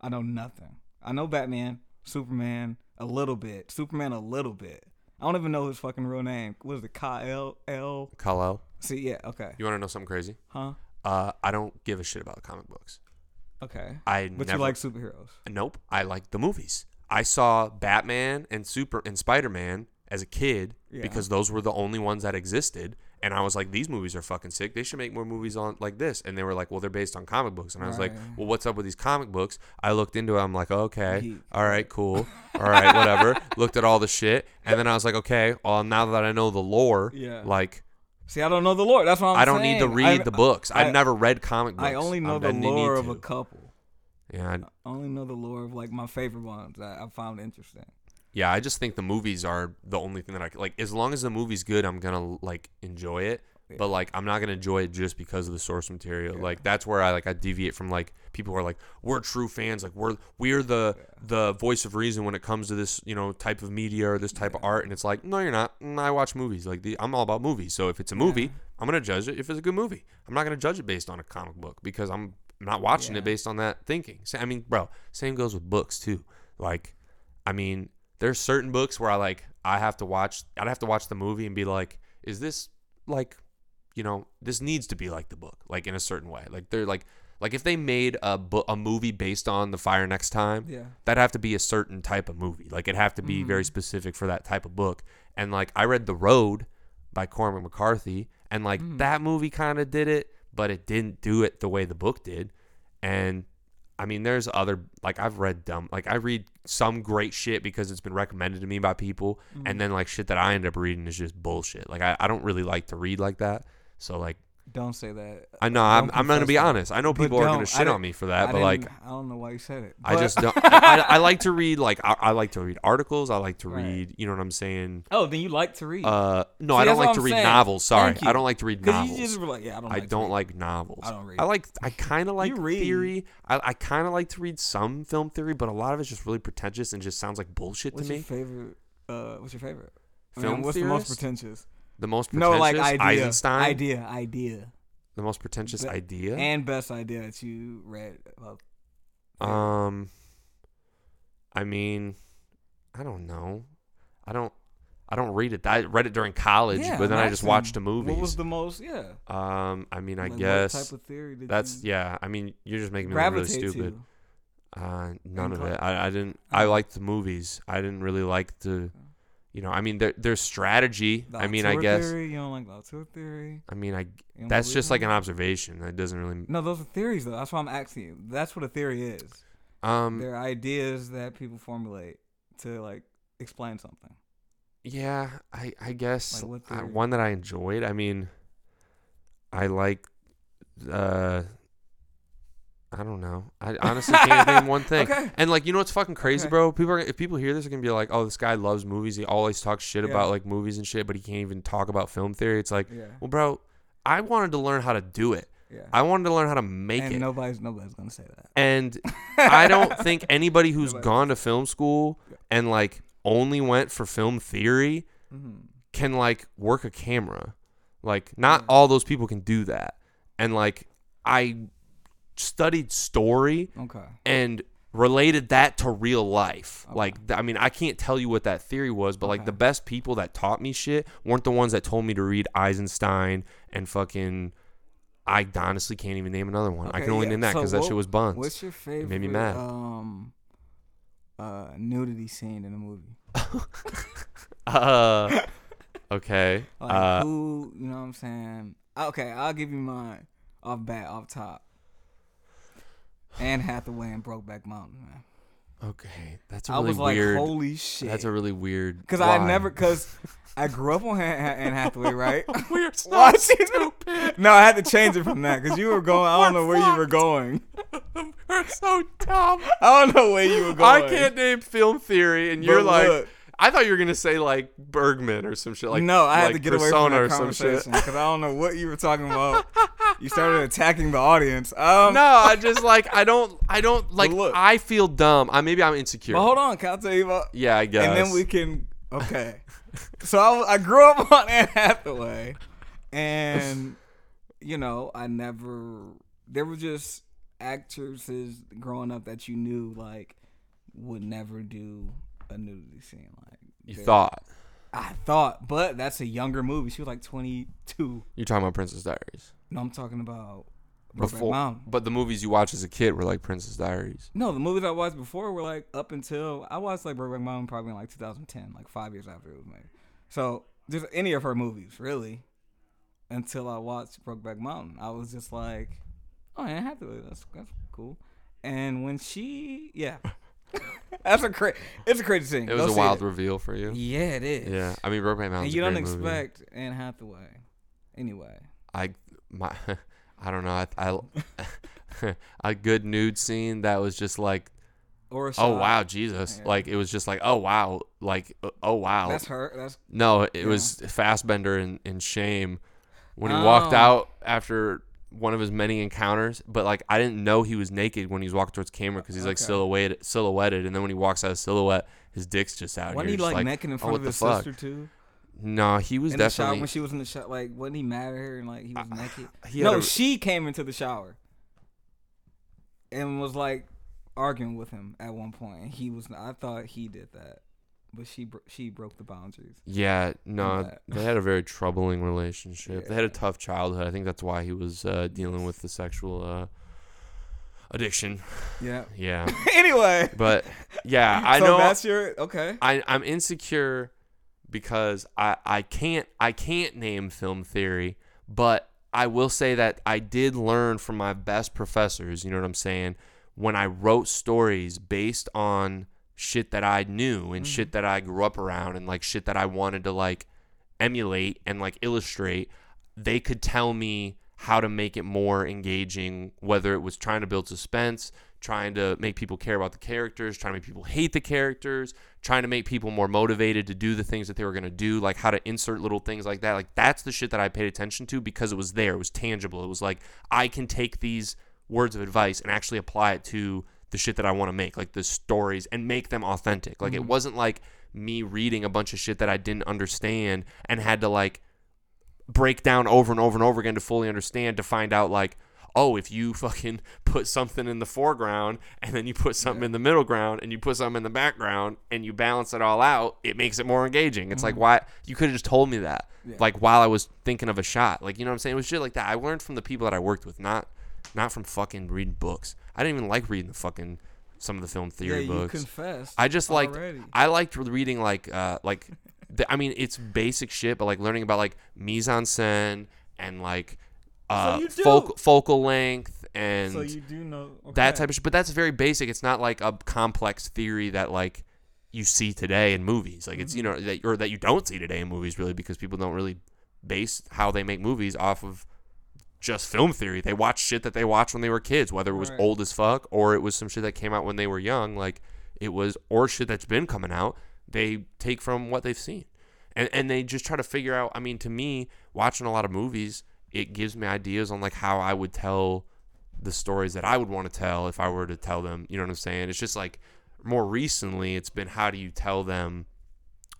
Speaker 2: i know nothing i know batman superman a little bit superman a little bit i don't even know his fucking real name what is it kyle l
Speaker 1: Kal-El,
Speaker 2: see yeah okay
Speaker 1: you want to know something crazy?
Speaker 2: huh
Speaker 1: Uh, I don't give a shit about comic books.
Speaker 2: okay
Speaker 1: I
Speaker 2: but
Speaker 1: never
Speaker 2: you like superheroes
Speaker 1: Nope. I like the movies. I saw Batman and Super and Spider Man as a kid
Speaker 2: Yeah.
Speaker 1: because those were the only ones that existed. And I was like, these movies are fucking sick. They should make more movies on like this. And they were like, well, they're based on comic books. And I was like,
Speaker 2: Right.
Speaker 1: well, what's up with these comic books? I looked into it. I'm like, okay,
Speaker 2: Geek.
Speaker 1: all right, cool, all right, whatever. looked at all the shit, and then I was like, okay, well, now that I know the lore,
Speaker 2: Yeah.
Speaker 1: like
Speaker 2: See, I don't know the lore. That's what I'm
Speaker 1: I do not
Speaker 2: saying.
Speaker 1: need to read
Speaker 2: I-
Speaker 1: the books. I,
Speaker 2: I-
Speaker 1: have never read comic books.
Speaker 2: I only know
Speaker 1: I'm-
Speaker 2: the
Speaker 1: I didn't need
Speaker 2: lore of
Speaker 1: to.
Speaker 2: a couple.
Speaker 1: yeah, I-
Speaker 2: I only know the lore of like my favorite ones that I found interesting.
Speaker 1: Yeah, I just think the movies are the only thing that I c- like. As long as the movie's good, I'm gonna like enjoy it. But like, I'm not gonna enjoy it just because of the source material. Like that's where I like I deviate from like people who are like we're true fans. Like we're we're the the voice of reason when it comes to this you know type of media or this type of art. And it's like no, you're not. Mm, I watch movies. Like the, I'm all about movies. So if it's a movie, I'm gonna judge it if it's a good movie. I'm not gonna judge it based on a comic book because I'm not watching
Speaker 2: Yeah.
Speaker 1: it based on that thinking. Sa- I mean, bro, same goes with books too. Like, I mean, there's certain books where I like I have to watch I'd have to watch the movie and be like, is this like you know, this needs to be like the book, like in a certain way. Like they're like like if they made a book a movie based on The Fire Next Time,
Speaker 2: Yeah.
Speaker 1: that'd have to be a certain type of movie. Like it'd have to be
Speaker 2: Mm-hmm.
Speaker 1: very specific for that type of book. And like I read The Road by Cormac McCarthy, and like
Speaker 2: Mm.
Speaker 1: that movie kind of did it, but it didn't do it the way the book did. And I mean, there's other like I've read dumb like I read some great shit because it's been recommended to me by people,
Speaker 2: Mm.
Speaker 1: and then like shit that I end up reading is just bullshit. Like I, I don't really like to read like that. So like
Speaker 2: Don't say that.
Speaker 1: I know I'm,
Speaker 2: Don't
Speaker 1: I'm gonna
Speaker 2: confess
Speaker 1: be
Speaker 2: that.
Speaker 1: honest. I know
Speaker 2: But
Speaker 1: people are
Speaker 2: don't- I
Speaker 1: gonna shit
Speaker 2: didn't-
Speaker 1: on me for that,
Speaker 2: I
Speaker 1: but like
Speaker 2: didn't- I don't know why you said it.
Speaker 1: I
Speaker 2: But-
Speaker 1: just don't. I, I like to read like I, I like to read articles. I like to
Speaker 2: Right.
Speaker 1: read. You know what I'm saying?
Speaker 2: Oh, then you like to read.
Speaker 1: Uh, no,
Speaker 2: See,
Speaker 1: I
Speaker 2: that's
Speaker 1: don't
Speaker 2: what
Speaker 1: like to
Speaker 2: I'm
Speaker 1: read
Speaker 2: saying.
Speaker 1: novels. Sorry,
Speaker 2: Thank you.
Speaker 1: I don't like to read
Speaker 2: Because
Speaker 1: novels.
Speaker 2: you just were like, yeah, I don't.
Speaker 1: I
Speaker 2: like to
Speaker 1: don't
Speaker 2: read.
Speaker 1: like novels.
Speaker 2: I don't read.
Speaker 1: I like. I kind of like
Speaker 2: read.
Speaker 1: theory. I, I kind of like to read some film theory, but a lot of it's just really pretentious and just sounds like bullshit
Speaker 2: What's
Speaker 1: to
Speaker 2: your
Speaker 1: me.
Speaker 2: favorite? Uh, what's your favorite? I
Speaker 1: Film
Speaker 2: what's the most
Speaker 1: theorist?
Speaker 2: pretentious?
Speaker 1: The most
Speaker 2: No,
Speaker 1: pretentious
Speaker 2: like idea,
Speaker 1: Eisenstein.
Speaker 2: idea, idea,
Speaker 1: The most pretentious
Speaker 2: Be-
Speaker 1: idea.
Speaker 2: and best idea that you read. About.
Speaker 1: Um, I mean, I don't know. I don't. I don't read it. I read it during college,
Speaker 2: Yeah,
Speaker 1: but then
Speaker 2: I'm
Speaker 1: I just
Speaker 2: asking,
Speaker 1: watched the movies.
Speaker 2: What was the most? Yeah.
Speaker 1: um, I mean, I
Speaker 2: like, What
Speaker 1: guess
Speaker 2: type of theory did
Speaker 1: that's
Speaker 2: you
Speaker 1: yeah. I mean, you're just making me look really
Speaker 2: gravitate
Speaker 1: stupid.
Speaker 2: to?
Speaker 1: Uh, none of
Speaker 2: cla-
Speaker 1: it. I, I didn't. I liked the movies. I didn't really like the, you know. I mean, there, there's strategy.
Speaker 2: The
Speaker 1: I mean, I
Speaker 2: auteur
Speaker 1: guess.
Speaker 2: Theory, you don't like the auteur theory.
Speaker 1: I mean, I.
Speaker 2: You don't
Speaker 1: That's
Speaker 2: believe
Speaker 1: just
Speaker 2: in
Speaker 1: like
Speaker 2: it?
Speaker 1: an observation. That doesn't really.
Speaker 2: No, those are theories though. That's why I'm asking you. That's what a theory is.
Speaker 1: Um.
Speaker 2: They're ideas that people formulate to like explain something.
Speaker 1: Yeah, I I guess
Speaker 2: Like, what
Speaker 1: I,
Speaker 2: theory?
Speaker 1: one that I enjoyed. I mean, I like. Uh, I don't know. I honestly can't name one thing.
Speaker 2: Okay.
Speaker 1: And like, you know what's fucking crazy,
Speaker 2: Okay.
Speaker 1: bro? People are if people hear this, they're gonna be like, "Oh, this guy loves movies. He always talks shit
Speaker 2: Yeah.
Speaker 1: about like movies and shit, but he can't even talk about film theory." It's like,
Speaker 2: Yeah.
Speaker 1: well, bro, I wanted to learn how to do it.
Speaker 2: Yeah.
Speaker 1: I wanted to learn how to make
Speaker 2: and
Speaker 1: it.
Speaker 2: nobody's nobody's gonna say that.
Speaker 1: And I don't think anybody who's gone to film school and like only went for film theory
Speaker 2: Mm-hmm.
Speaker 1: can like work a camera. Like
Speaker 2: Mm.
Speaker 1: not all those people can do that. And like I studied story
Speaker 2: Okay.
Speaker 1: and related that to real life. Like th- I mean, I can't tell you what that theory was, but like the best people that taught me shit weren't the ones that told me to read Eisenstein and fucking I honestly can't even name another one. I
Speaker 2: Okay,
Speaker 1: can only
Speaker 2: yeah.
Speaker 1: name that
Speaker 2: So
Speaker 1: because that
Speaker 2: what-
Speaker 1: shit was buns.
Speaker 2: What's your favorite
Speaker 1: made me mad.
Speaker 2: um uh nudity scene in a movie?
Speaker 1: Uh, okay.
Speaker 2: Like
Speaker 1: uh,
Speaker 2: who you know what I'm saying? Ah, Okay, I'll give you mine off bat, off top. Anne Hathaway and Brokeback Mountain, man.
Speaker 1: okay. That's a
Speaker 2: I
Speaker 1: really
Speaker 2: was like,
Speaker 1: weird.
Speaker 2: holy shit.
Speaker 1: that's a really weird.
Speaker 2: Because I
Speaker 1: why?
Speaker 2: never, because I grew up on Ha- Ha- Anne Hathaway, right?
Speaker 1: We're so
Speaker 2: What?
Speaker 1: stupid.
Speaker 2: no, I had to change it from that because you were going. I don't know where you were going.
Speaker 1: We're so dumb.
Speaker 2: I don't know where you were
Speaker 1: I
Speaker 2: going.
Speaker 1: can't name film theory, and you're
Speaker 2: But
Speaker 1: like,
Speaker 2: look.
Speaker 1: I thought you were gonna say like Bergman or some shit. Like
Speaker 2: no, I had
Speaker 1: like
Speaker 2: to get away
Speaker 1: Persona
Speaker 2: from that
Speaker 1: or some shit.
Speaker 2: conversation because I don't know what you were talking about. you started attacking the audience. Um,
Speaker 1: No, I just like I don't I don't like
Speaker 2: look.
Speaker 1: I feel dumb. I maybe I'm insecure.
Speaker 2: but hold on, can I tell you about?
Speaker 1: Yeah, I guess.
Speaker 2: and then we can. Okay, so I, I grew up on Anne Hathaway, and you know, I never. There were just actresses growing up that you knew like would never do a nudity scene. Like
Speaker 1: you
Speaker 2: there-
Speaker 1: thought
Speaker 2: I thought, but that's a younger movie. She was like twenty two.
Speaker 1: you're talking about Princess Diaries.
Speaker 2: No, I'm talking about Brokeback
Speaker 1: before.
Speaker 2: Mountain.
Speaker 1: But the movies you watch as a kid were like Princess Diaries.
Speaker 2: No, the movies I watched before were like up until I watched like Brokeback Mountain probably in like 2010, like five years after it was made. So just any of her movies really, until I watched Brokeback Mountain, I was just like, oh, I have to. That's that's cool. And when she, yeah, that's a cra- it's a crazy thing.
Speaker 1: It was
Speaker 2: Go
Speaker 1: a
Speaker 2: see
Speaker 1: wild
Speaker 2: it.
Speaker 1: reveal for you.
Speaker 2: Yeah, it is.
Speaker 1: Yeah, I mean Brokeback Mountain.
Speaker 2: and you don't expect Anne Hathaway. Anyway,
Speaker 1: I my I don't know. I I a good nude scene that was just like,
Speaker 2: or a
Speaker 1: oh
Speaker 2: shot.
Speaker 1: wow, Jesus!
Speaker 2: Yeah.
Speaker 1: Like it was just like, oh wow, like uh, oh wow.
Speaker 2: that's her. That's
Speaker 1: no, it was Fassbender in, in Shame when he walked
Speaker 2: Oh.
Speaker 1: out after one of his many encounters. But like I didn't know he was naked when he's walking towards camera because he's like
Speaker 2: Okay.
Speaker 1: silhouetted, silhouetted, and then when he walks out of silhouette, his dick's just out. and
Speaker 2: wasn't
Speaker 1: you're
Speaker 2: he
Speaker 1: just
Speaker 2: like, necking in
Speaker 1: oh,
Speaker 2: front
Speaker 1: what
Speaker 2: of
Speaker 1: the
Speaker 2: his
Speaker 1: fuck?
Speaker 2: sister too?
Speaker 1: No, he was
Speaker 2: in the shower
Speaker 1: definitely
Speaker 2: when she was in the shower. Like, wasn't he mad at her and like he was naked?
Speaker 1: he had
Speaker 2: No,
Speaker 1: a-
Speaker 2: she came into the shower and was like arguing with him at one point. And he was. I thought he did that, but she bro- she broke the boundaries.
Speaker 1: Yeah, no,
Speaker 2: that.
Speaker 1: they had a very troubling relationship. They had a
Speaker 2: Yeah.
Speaker 1: tough childhood. I think that's why he was uh, dealing with the sexual uh, addiction.
Speaker 2: Yeah.
Speaker 1: Yeah,
Speaker 2: anyway,
Speaker 1: but yeah, I
Speaker 2: so
Speaker 1: know
Speaker 2: that's your okay.
Speaker 1: I, I'm insecure because I, I can't I can't name film theory, but I will say that I did learn from my best professors, you know what I'm saying, when I wrote stories based on shit that I knew and shit that I grew up around and like shit that I wanted to like emulate and like illustrate, they could tell me how to make it more engaging, whether it was trying to build suspense, trying to make people care about the characters, trying to make people hate the characters, trying to make people more motivated to do the things that they were going to do, like how to insert little things like that. Like that's the shit that I paid attention to because it was there, it was tangible. It was like I can take these words of advice and actually apply it to the shit that I want to make, like the stories, and make them authentic. Like it wasn't like me reading a bunch of shit that I didn't understand and had to like break down over and over and over again to fully understand to find out like oh if you fucking put something in the foreground and then you put something in the middle ground and you put something in the background and you balance it all out it makes it more engaging it's like
Speaker 2: Mm-hmm.
Speaker 1: why you could have just told me that like while i was thinking of a shot like you know what i'm saying it was shit like that i learned from the people that i worked with not not from fucking reading books i didn't even like reading the fucking some of the film
Speaker 2: Yeah,
Speaker 1: theory
Speaker 2: you
Speaker 1: books
Speaker 2: confessed.
Speaker 1: I just liked
Speaker 2: already.
Speaker 1: I liked reading like uh like the, I mean it's basic shit, but like learning about like mise en scène and like uh
Speaker 2: you do.
Speaker 1: focal focal length and
Speaker 2: so you do know okay.
Speaker 1: that type of shit. But that's very basic. It's not like a complex theory that like you see today in movies. Like it's you
Speaker 2: Mm-hmm.
Speaker 1: know that or that you don't see today in movies really because people don't really base how they make movies off of just film theory. They watch shit that they watched when they were kids, whether it was
Speaker 2: Right.
Speaker 1: old as fuck or it was some shit that came out when they were young. Like it was or shit that's been coming out. They take from what they've seen. And and they just try to figure out I mean, to me, watching a lot of movies, it gives me ideas on like how I would tell the stories that I would want to tell if I were to tell them. You know what I'm saying? It's just like more recently, it's been how do you tell them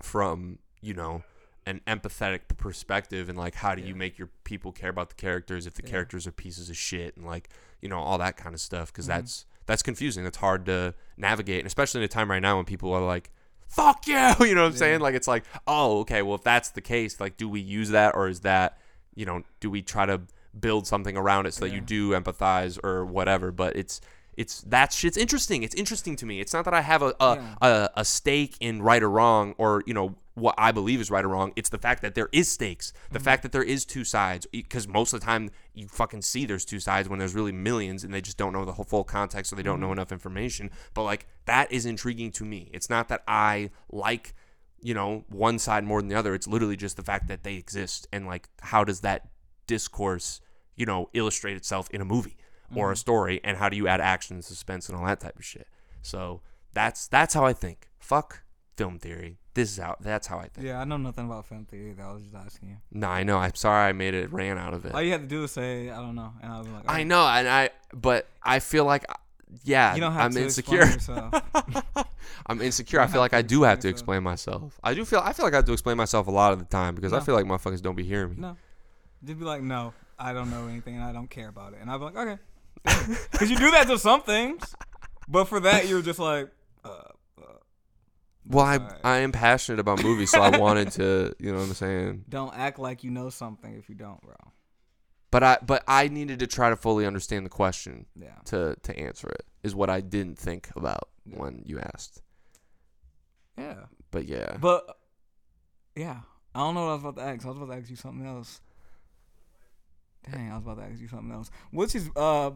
Speaker 1: from, you know, an empathetic perspective and like how do you make your people care about the characters if the characters are pieces of shit and like, you know, all that kind of stuff. because that's, that's confusing. That's hard to navigate. And especially in a time right now when people are like, fuck you. You know what I'm saying? Like, it's like, oh, okay, well, if that's the case, like, do we use that or is that, you know, do we try to build something around it so that you do empathize or whatever? But it's, it's that shit's interesting. It's interesting to me. It's not that I have a a, a a stake in right or wrong or you know what I believe is right or wrong. It's the fact that there is stakes. The fact that there is two sides because most of the time you fucking see there's two sides when there's really millions and they just don't know the whole full context or they don't know enough information. But like that is intriguing to me. It's not that I like you know one side more than the other. It's literally just the fact that they exist and like how does that discourse you know, illustrate itself in a movie or a
Speaker 2: Mm-hmm.
Speaker 1: story, and how do you add action and suspense and all that type of shit. So that's that's how I think. Fuck film theory. This is how that's how I think.
Speaker 2: yeah, I know nothing about film theory. That I was just asking you.
Speaker 1: No, I know. I'm sorry I made it ran out of it.
Speaker 2: All you had to do was say, I don't know, and I was like,
Speaker 1: I know, and I but I feel like yeah,
Speaker 2: you don't have
Speaker 1: I'm
Speaker 2: to
Speaker 1: insecure.
Speaker 2: explain yourself.
Speaker 1: I'm insecure. I feel like I do have to explain myself. I do feel I feel like I have to explain myself a lot of the time because I
Speaker 2: No.
Speaker 1: feel like motherfuckers don't be hearing me.
Speaker 2: No. Just be like, no, I don't know anything and I don't care about it. And I'd be like, okay. Because you do that to some things. But for that, you're just like, uh,
Speaker 1: Well, I I am passionate about movies, so I wanted to, you know what I'm saying?
Speaker 2: don't act like you know something if you don't, bro.
Speaker 1: But I but I needed to try to fully understand the question
Speaker 2: Yeah.
Speaker 1: to to answer it is what I didn't think about
Speaker 2: Yeah.
Speaker 1: when you asked.
Speaker 2: Yeah.
Speaker 1: But yeah.
Speaker 2: But yeah, I don't know what I was about to ask. I was about to ask you something else. Dang, I was about to ask you something else. Which is uh,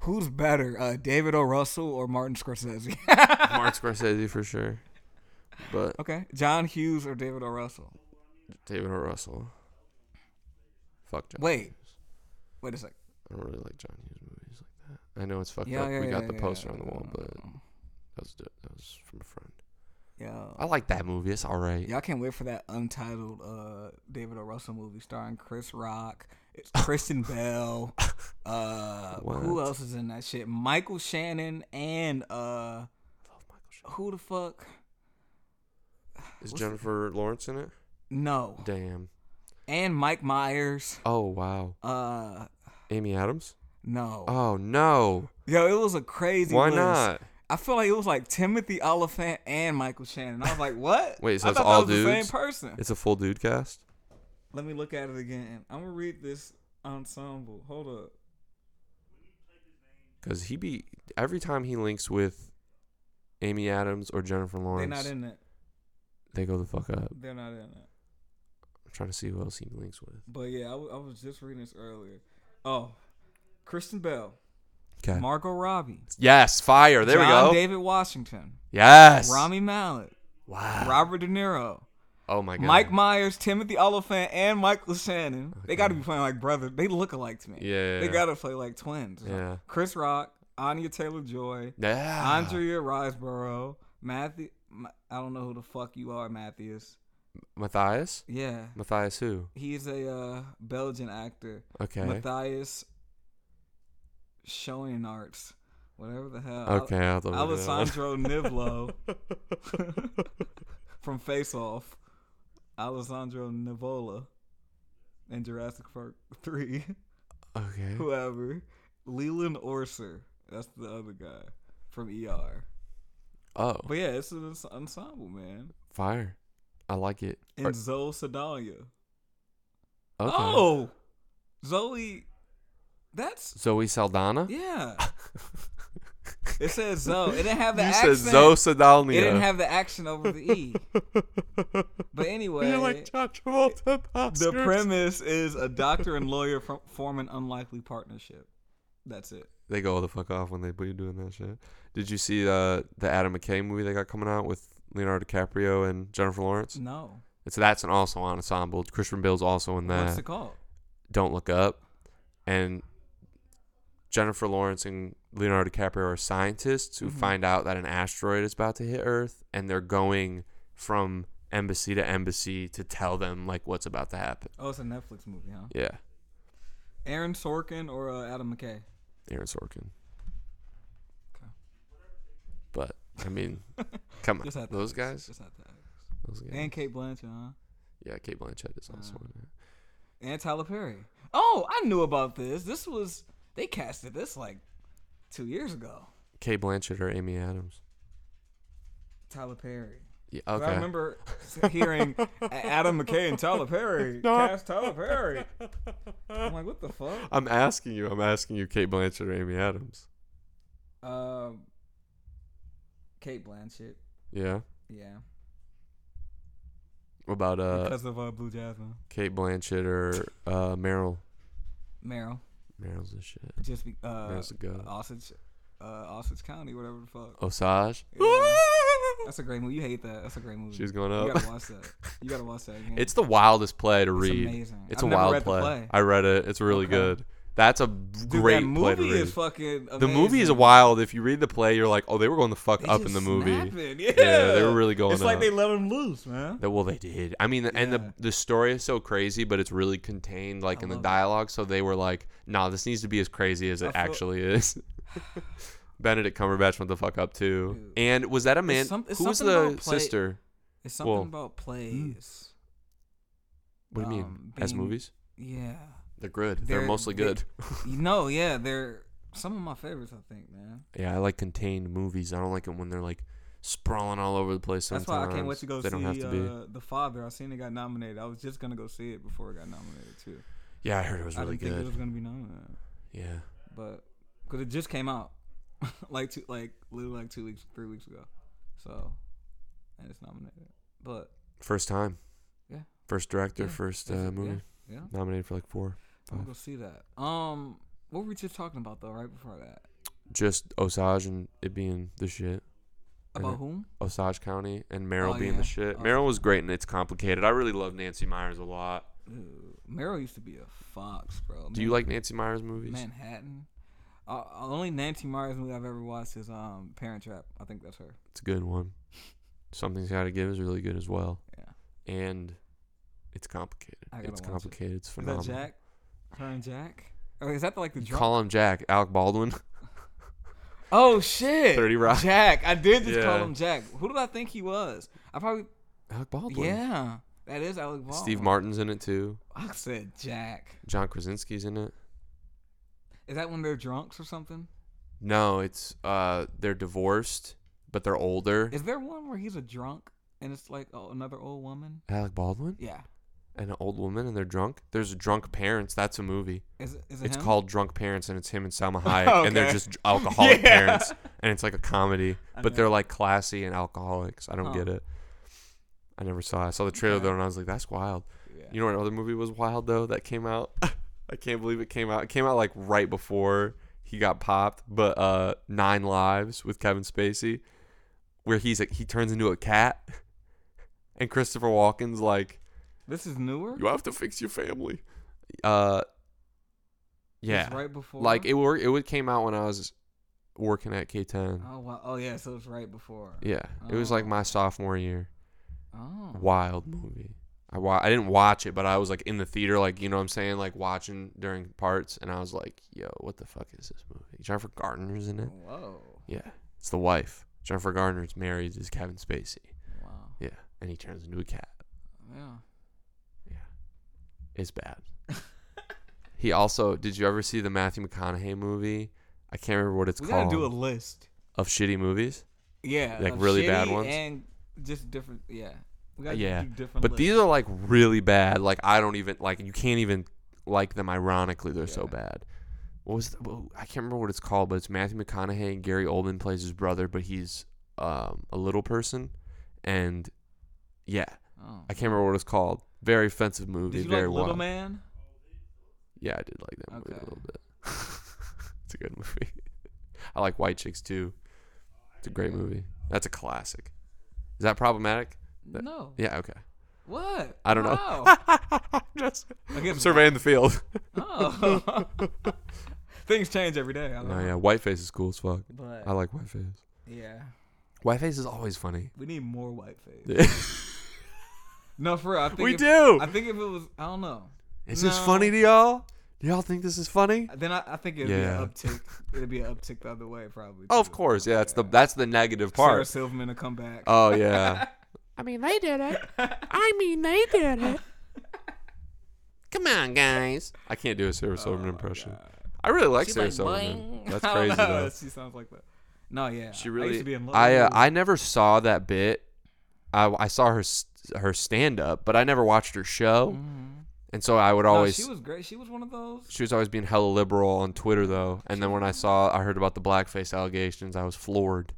Speaker 2: who's better, uh, David O. Russell or Martin Scorsese?
Speaker 1: Martin Scorsese for sure. But
Speaker 2: okay, John Hughes or David O. Russell?
Speaker 1: David O. Russell. Fuck John.
Speaker 2: Wait.
Speaker 1: Hughes.
Speaker 2: Wait a sec.
Speaker 1: I don't really like John Hughes movies like that. I know it's fucked
Speaker 2: Yeah,
Speaker 1: up.
Speaker 2: yeah,
Speaker 1: we got
Speaker 2: yeah,
Speaker 1: the
Speaker 2: yeah,
Speaker 1: poster
Speaker 2: yeah.
Speaker 1: on the wall, but that was d- that was from a friend. I
Speaker 2: yeah,
Speaker 1: like that movie. It's all right.
Speaker 2: y'all can't wait for that untitled uh, David O. Russell movie starring Chris Rock. It's Kristen Bell. Uh, who
Speaker 1: What?
Speaker 2: else is in that shit? Michael Shannon and uh,
Speaker 1: I love Michael Shannon.
Speaker 2: who the fuck?
Speaker 1: Is
Speaker 2: Oh, What's the-
Speaker 1: Jennifer Lawrence in it?
Speaker 2: No.
Speaker 1: Damn.
Speaker 2: And Mike Myers.
Speaker 1: Oh wow.
Speaker 2: Uh
Speaker 1: Amy Adams?
Speaker 2: no.
Speaker 1: Oh no.
Speaker 2: Yo, it was a crazy
Speaker 1: Why
Speaker 2: list.
Speaker 1: not?
Speaker 2: I feel like it was like Timothy Oliphant and Michael Shannon. I was like, what?
Speaker 1: Wait, so
Speaker 2: I
Speaker 1: it's
Speaker 2: thought
Speaker 1: all
Speaker 2: that was the same
Speaker 1: dudes?
Speaker 2: person.
Speaker 1: It's a full dude cast.
Speaker 2: Let me look at it again. I'm gonna read this ensemble. Hold up.
Speaker 1: Cause he be every time he links with Amy Adams or Jennifer
Speaker 2: They're
Speaker 1: Lawrence,
Speaker 2: not in it.
Speaker 1: they go the fuck up.
Speaker 2: They're not in it.
Speaker 1: I'm trying to see who else he links with.
Speaker 2: But yeah, I, w- I was just reading this earlier. Oh, Kristen Bell,
Speaker 1: Okay.
Speaker 2: Margot Robbie,
Speaker 1: yes, fire. There
Speaker 2: John
Speaker 1: we go.
Speaker 2: David Washington,
Speaker 1: yes. Ah.
Speaker 2: Rami Malek,
Speaker 1: wow.
Speaker 2: Robert De Niro,
Speaker 1: oh my god.
Speaker 2: Mike Myers, Timothy Oliphant, and Michael Shannon. They got to be playing like brothers. They look alike to me.
Speaker 1: Yeah.
Speaker 2: They got to play like twins.
Speaker 1: Yeah. Ah.
Speaker 2: Chris Rock, Anya Taylor Joy,
Speaker 1: Yeah.
Speaker 2: Andrea Riseborough, Matthew. Ma- I don't know who the fuck you are, Matthias.
Speaker 1: Matthias.
Speaker 2: Yeah.
Speaker 1: Matthias who?
Speaker 2: He's a uh, Belgian actor.
Speaker 1: Okay.
Speaker 2: Matthias Schoenarts. Whatever the hell. Al-
Speaker 1: okay. I'll look it up.
Speaker 2: Alessandro Nivlo from Face Off, Alessandro Nivola, and Jurassic Park 3,
Speaker 1: Okay.
Speaker 2: whoever, Leland Orser, that's the other guy from ER.
Speaker 1: Oh,
Speaker 2: But yeah, it's an ens- ensemble, man.
Speaker 1: fire. I like it.
Speaker 2: And
Speaker 1: Or-
Speaker 2: Zoe Sedalia.
Speaker 1: okay.
Speaker 2: Oh! Zoe, that's,
Speaker 1: Zoe Saldana.
Speaker 2: yeah. It says Zoe. It didn't have the
Speaker 1: you
Speaker 2: accent.
Speaker 1: said Zoe Saldana.
Speaker 2: It didn't have the accent over the E. But anyway,
Speaker 1: You're like John Travolta.
Speaker 2: the
Speaker 1: Oscars.
Speaker 2: premise is a doctor and lawyer from, form an unlikely partnership. That's it.
Speaker 1: They go all the fuck off when they be doing that shit. Did you see uh, the Adam McKay movie they got coming out with Leonardo DiCaprio and Jennifer Lawrence?
Speaker 2: No.
Speaker 1: It's that's an also on ensemble. Christian Bale's also in
Speaker 2: What's
Speaker 1: that.
Speaker 2: it called?
Speaker 1: Don't look up. And Jennifer Lawrence and Leonardo DiCaprio are scientists who
Speaker 2: Mhm.
Speaker 1: find out that an asteroid is about to hit Earth, and they're going from embassy to embassy to tell them like what's about to happen.
Speaker 2: Oh, it's a Netflix movie, huh?
Speaker 1: Yeah,
Speaker 2: Aaron Sorkin or uh, Adam McKay?
Speaker 1: Aaron Sorkin.
Speaker 2: Okay.
Speaker 1: But I mean, come
Speaker 2: Just
Speaker 1: on,
Speaker 2: had to
Speaker 1: those
Speaker 2: ask.
Speaker 1: guys.
Speaker 2: Just had to ask.
Speaker 1: Those guys.
Speaker 2: And Kate Blanchett, huh?
Speaker 1: Yeah, Kate Blanchett is
Speaker 2: Uh.
Speaker 1: also in it.
Speaker 2: And Tyler Perry. Oh, I knew about this. This was they casted this like two years ago.
Speaker 1: Kate Blanchett or Amy Adams.
Speaker 2: Tyler Perry.
Speaker 1: Yeah,
Speaker 2: 'Cause
Speaker 1: okay.
Speaker 2: I remember s- hearing A- Adam McKay and Tyler Perry cast Tyler Perry. I'm like, what the fuck?
Speaker 1: I'm asking you. I'm asking you, Kate Blanchett or Amy Adams.
Speaker 2: Um, Kate Blanchett.
Speaker 1: Yeah.
Speaker 2: Yeah,
Speaker 1: What about uh,
Speaker 2: because of uh, Blue Jasmine.
Speaker 1: Kate Blanchett or uh, Meryl?
Speaker 2: Meryl,
Speaker 1: Meryl's the shit.
Speaker 2: just be, uh,
Speaker 1: Meryl's a good.
Speaker 2: Osage, uh, Osage County, whatever the fuck.
Speaker 1: Osage.
Speaker 2: Yeah. uh, That's a great movie. You hate that. That's a great movie.
Speaker 1: She's going
Speaker 2: you
Speaker 1: up.
Speaker 2: gotta watch that. You gotta watch that again.
Speaker 1: It's the wildest play to read.
Speaker 2: amazing.
Speaker 1: It's
Speaker 2: I've
Speaker 1: a
Speaker 2: never
Speaker 1: wild
Speaker 2: read the
Speaker 1: play.
Speaker 2: play.
Speaker 1: I read it. It's really
Speaker 2: Okay.
Speaker 1: good. That's a
Speaker 2: Dude,
Speaker 1: great
Speaker 2: that
Speaker 1: play to
Speaker 2: movie
Speaker 1: read.
Speaker 2: is fucking. Amazing.
Speaker 1: the movie is wild. If you read the play, you're like, oh, they were going the fuck
Speaker 2: They
Speaker 1: up in
Speaker 2: just
Speaker 1: the movie.
Speaker 2: snapping. Yeah.
Speaker 1: Yeah, they were really going
Speaker 2: It's like
Speaker 1: up.
Speaker 2: they let him loose, man.
Speaker 1: That well, they did. I mean, and
Speaker 2: Yeah.
Speaker 1: the the story is so crazy, but it's really contained, like in the
Speaker 2: love it.
Speaker 1: dialogue. So they were like, "Nah, this needs to be as crazy as it
Speaker 2: I feel-
Speaker 1: actually is." Benedict Cumberbatch went the fuck up too.
Speaker 2: Dude.
Speaker 1: And was that a man?
Speaker 2: some- it's
Speaker 1: who was
Speaker 2: something
Speaker 1: the
Speaker 2: about play-
Speaker 1: sister?
Speaker 2: It's something
Speaker 1: Well, hmm.
Speaker 2: about plays.
Speaker 1: What do you mean?
Speaker 2: um,
Speaker 1: As
Speaker 2: being-
Speaker 1: movies,
Speaker 2: Yeah.
Speaker 1: they're good. They're,
Speaker 2: they're-
Speaker 1: mostly
Speaker 2: they-
Speaker 1: good.
Speaker 2: You know, yeah, they're some of my favorites. I think, man.
Speaker 1: yeah, I like contained movies. I don't like it when they're like sprawling all over the place.
Speaker 2: That's
Speaker 1: Sometimes
Speaker 2: why I can't wait to go
Speaker 1: they
Speaker 2: see
Speaker 1: don't have to be.
Speaker 2: uh, the Father. I seen it got nominated. I was just gonna go see it before it got nominated too.
Speaker 1: Yeah, I heard it was
Speaker 2: I
Speaker 1: really
Speaker 2: didn't think it
Speaker 1: good.
Speaker 2: was gonna be nominated,
Speaker 1: yeah.
Speaker 2: but because it just came out, like two, like literally like two weeks, three weeks ago, so and it's nominated. But
Speaker 1: First time.
Speaker 2: Yeah.
Speaker 1: First director,
Speaker 2: Yeah,
Speaker 1: first
Speaker 2: that's
Speaker 1: uh,
Speaker 2: it,
Speaker 1: movie.
Speaker 2: yeah, yeah.
Speaker 1: Nominated for like four. Five.
Speaker 2: I'm gonna go see that. Um, what were we just talking about though? Right before that,
Speaker 1: Just Osage and it being the shit. And
Speaker 2: about
Speaker 1: it-
Speaker 2: whom?
Speaker 1: Osage County and Meryl
Speaker 2: Oh,
Speaker 1: being
Speaker 2: yeah.
Speaker 1: the shit.
Speaker 2: Oh.
Speaker 1: Meryl was great and it's complicated. I really love Nancy Myers a lot.
Speaker 2: Ooh, Meryl used to be a fox, bro.
Speaker 1: Do you like Nancy Myers movies?
Speaker 2: Manhattan? Uh, uh, only Nancy Myers movie I've ever watched is um Parent Trap. I think that's her.
Speaker 1: It's a good one. Something's Gotta Give is really good as well.
Speaker 2: Yeah.
Speaker 1: And it's complicated.
Speaker 2: I gotta
Speaker 1: It's
Speaker 2: watch it.
Speaker 1: complicated. It's
Speaker 2: Is
Speaker 1: phenomenal.
Speaker 2: that Jack? Her and Jack? Or is that the, like the drunk?
Speaker 1: Call him Jack. Alec Baldwin.
Speaker 2: oh shit!
Speaker 1: 30 Rock.
Speaker 2: Jack. I did just call
Speaker 1: Yeah.
Speaker 2: him Jack. Who did I think he was? I probably
Speaker 1: Alec Baldwin.
Speaker 2: yeah. That is Alec Baldwin.
Speaker 1: Steve Martin's in it too.
Speaker 2: I said Jack.
Speaker 1: John Krasinski's in it.
Speaker 2: Is that when they're drunks or something?
Speaker 1: No, it's uh they're divorced, but they're older.
Speaker 2: Is there one where he's a drunk and it's like oh, another old woman?
Speaker 1: Alec Baldwin
Speaker 2: Yeah.
Speaker 1: and an old woman and they're drunk. There's drunk parents. That's a movie.
Speaker 2: Is it? Is it
Speaker 1: It's
Speaker 2: him?
Speaker 1: called Drunk Parents and it's him and Salma Hayek and they're
Speaker 2: Okay.
Speaker 1: just alcoholic
Speaker 2: Yeah.
Speaker 1: parents and it's like a comedy,
Speaker 2: I
Speaker 1: but
Speaker 2: know.
Speaker 1: they're like classy and alcoholics. I don't
Speaker 2: Huh.
Speaker 1: get it. I never saw. It. I saw the trailer
Speaker 2: Okay.
Speaker 1: though and I was like, that's wild.
Speaker 2: Yeah.
Speaker 1: You know what other movie was wild though that came out? I can't believe it came out. It came out like right before he got popped, but uh Nine Lives with Kevin Spacey where he's a, he turns into a cat and Christopher Walken's like
Speaker 2: This is newer.
Speaker 1: you have to fix your family. Uh
Speaker 2: It's
Speaker 1: yeah.
Speaker 2: right before.
Speaker 1: Like it were it would came out when I was working at K10.
Speaker 2: Oh wow. Oh yeah. So it's right before.
Speaker 1: Yeah. It was like
Speaker 2: Oh.
Speaker 1: my sophomore year.
Speaker 2: Oh.
Speaker 1: wild movie. I wa- I didn't watch it, but I was like in the theater, like you know what I'm saying, like watching during parts, and I was like, "Yo, what the fuck is this movie?" Jennifer Gardner's in it.
Speaker 2: Whoa.
Speaker 1: Yeah, it's the wife. Jennifer Gardner's married to Kevin Spacey.
Speaker 2: Wow.
Speaker 1: Yeah, and he turns into a cat.
Speaker 2: Yeah.
Speaker 1: It's bad. he also did you ever see the Matthew McConaughey movie? I can't remember what it's
Speaker 2: we
Speaker 1: called
Speaker 2: gotta do a list.
Speaker 1: of shitty movies.
Speaker 2: Yeah.
Speaker 1: Like
Speaker 2: of
Speaker 1: really bad
Speaker 2: shitty
Speaker 1: ones?
Speaker 2: And just different. Yeah. We gotta
Speaker 1: Yeah,
Speaker 2: Do different
Speaker 1: But
Speaker 2: lists.
Speaker 1: these are like really bad. Like I don't even like you can't even like them ironically. They're so
Speaker 2: Yeah.
Speaker 1: bad. What was the, well, I can't remember what it's called, but it's Matthew McConaughey and Gary Oldman plays his brother, but he's um, a little person, and yeah,
Speaker 2: Oh.
Speaker 1: I can't remember what it's called. Very offensive movie.
Speaker 2: Did you
Speaker 1: very
Speaker 2: like Little
Speaker 1: wild.
Speaker 2: Man?
Speaker 1: Yeah, I did like that movie
Speaker 2: Okay.
Speaker 1: a little bit. it's a good movie. I like White Chicks too. It's a great
Speaker 2: Yeah.
Speaker 1: movie. That's a classic. Is that problematic? That-
Speaker 2: No.
Speaker 1: Yeah. Okay.
Speaker 2: What?
Speaker 1: I don't know.
Speaker 2: know.
Speaker 1: Just
Speaker 2: I guess
Speaker 1: surveying the field.
Speaker 2: Oh. Things change every day. I don't
Speaker 1: No,
Speaker 2: know.
Speaker 1: yeah, Whiteface is cool as fuck.
Speaker 2: But
Speaker 1: I like Whiteface.
Speaker 2: yeah,
Speaker 1: Whiteface is always funny.
Speaker 2: we need more white face.
Speaker 1: Yeah.
Speaker 2: No, for real. I think
Speaker 1: we
Speaker 2: if-
Speaker 1: do.
Speaker 2: I think if it was, I don't know.
Speaker 1: is this
Speaker 2: no.
Speaker 1: funny to y'all? Do y'all think this is funny?
Speaker 2: Then I, I think it'd
Speaker 1: Yeah.
Speaker 2: be an uptick. It'd be an uptick the other way, probably.
Speaker 1: Oh, of
Speaker 2: too.
Speaker 1: course. Yeah, that's the that's the negative part.
Speaker 2: Sarah Silverman to come back.
Speaker 1: Oh yeah.
Speaker 3: I mean, they did it. I mean, they did it.
Speaker 1: Come on, guys. I can't do a Sarah Silverman
Speaker 2: Oh my
Speaker 1: impression.
Speaker 2: God.
Speaker 1: I really like
Speaker 3: She's
Speaker 1: Sarah
Speaker 3: like,
Speaker 1: Silverman.
Speaker 3: "Boing."
Speaker 1: That's
Speaker 2: I don't
Speaker 1: crazy
Speaker 2: know,
Speaker 1: though.
Speaker 2: She sounds like that. No, yeah.
Speaker 1: She
Speaker 2: I used
Speaker 1: really.
Speaker 2: to be in love.
Speaker 1: I uh,
Speaker 2: with her.
Speaker 1: I never saw that bit. I I saw her s- her stand up, but I never watched her show,
Speaker 3: Mm-hmm.
Speaker 2: Mhm.
Speaker 1: and so I would
Speaker 2: No,
Speaker 1: always.
Speaker 2: she was great. She was one of those.
Speaker 1: she was always being hella liberal on Twitter though. And then when I saw I heard about the blackface allegations, I was floored.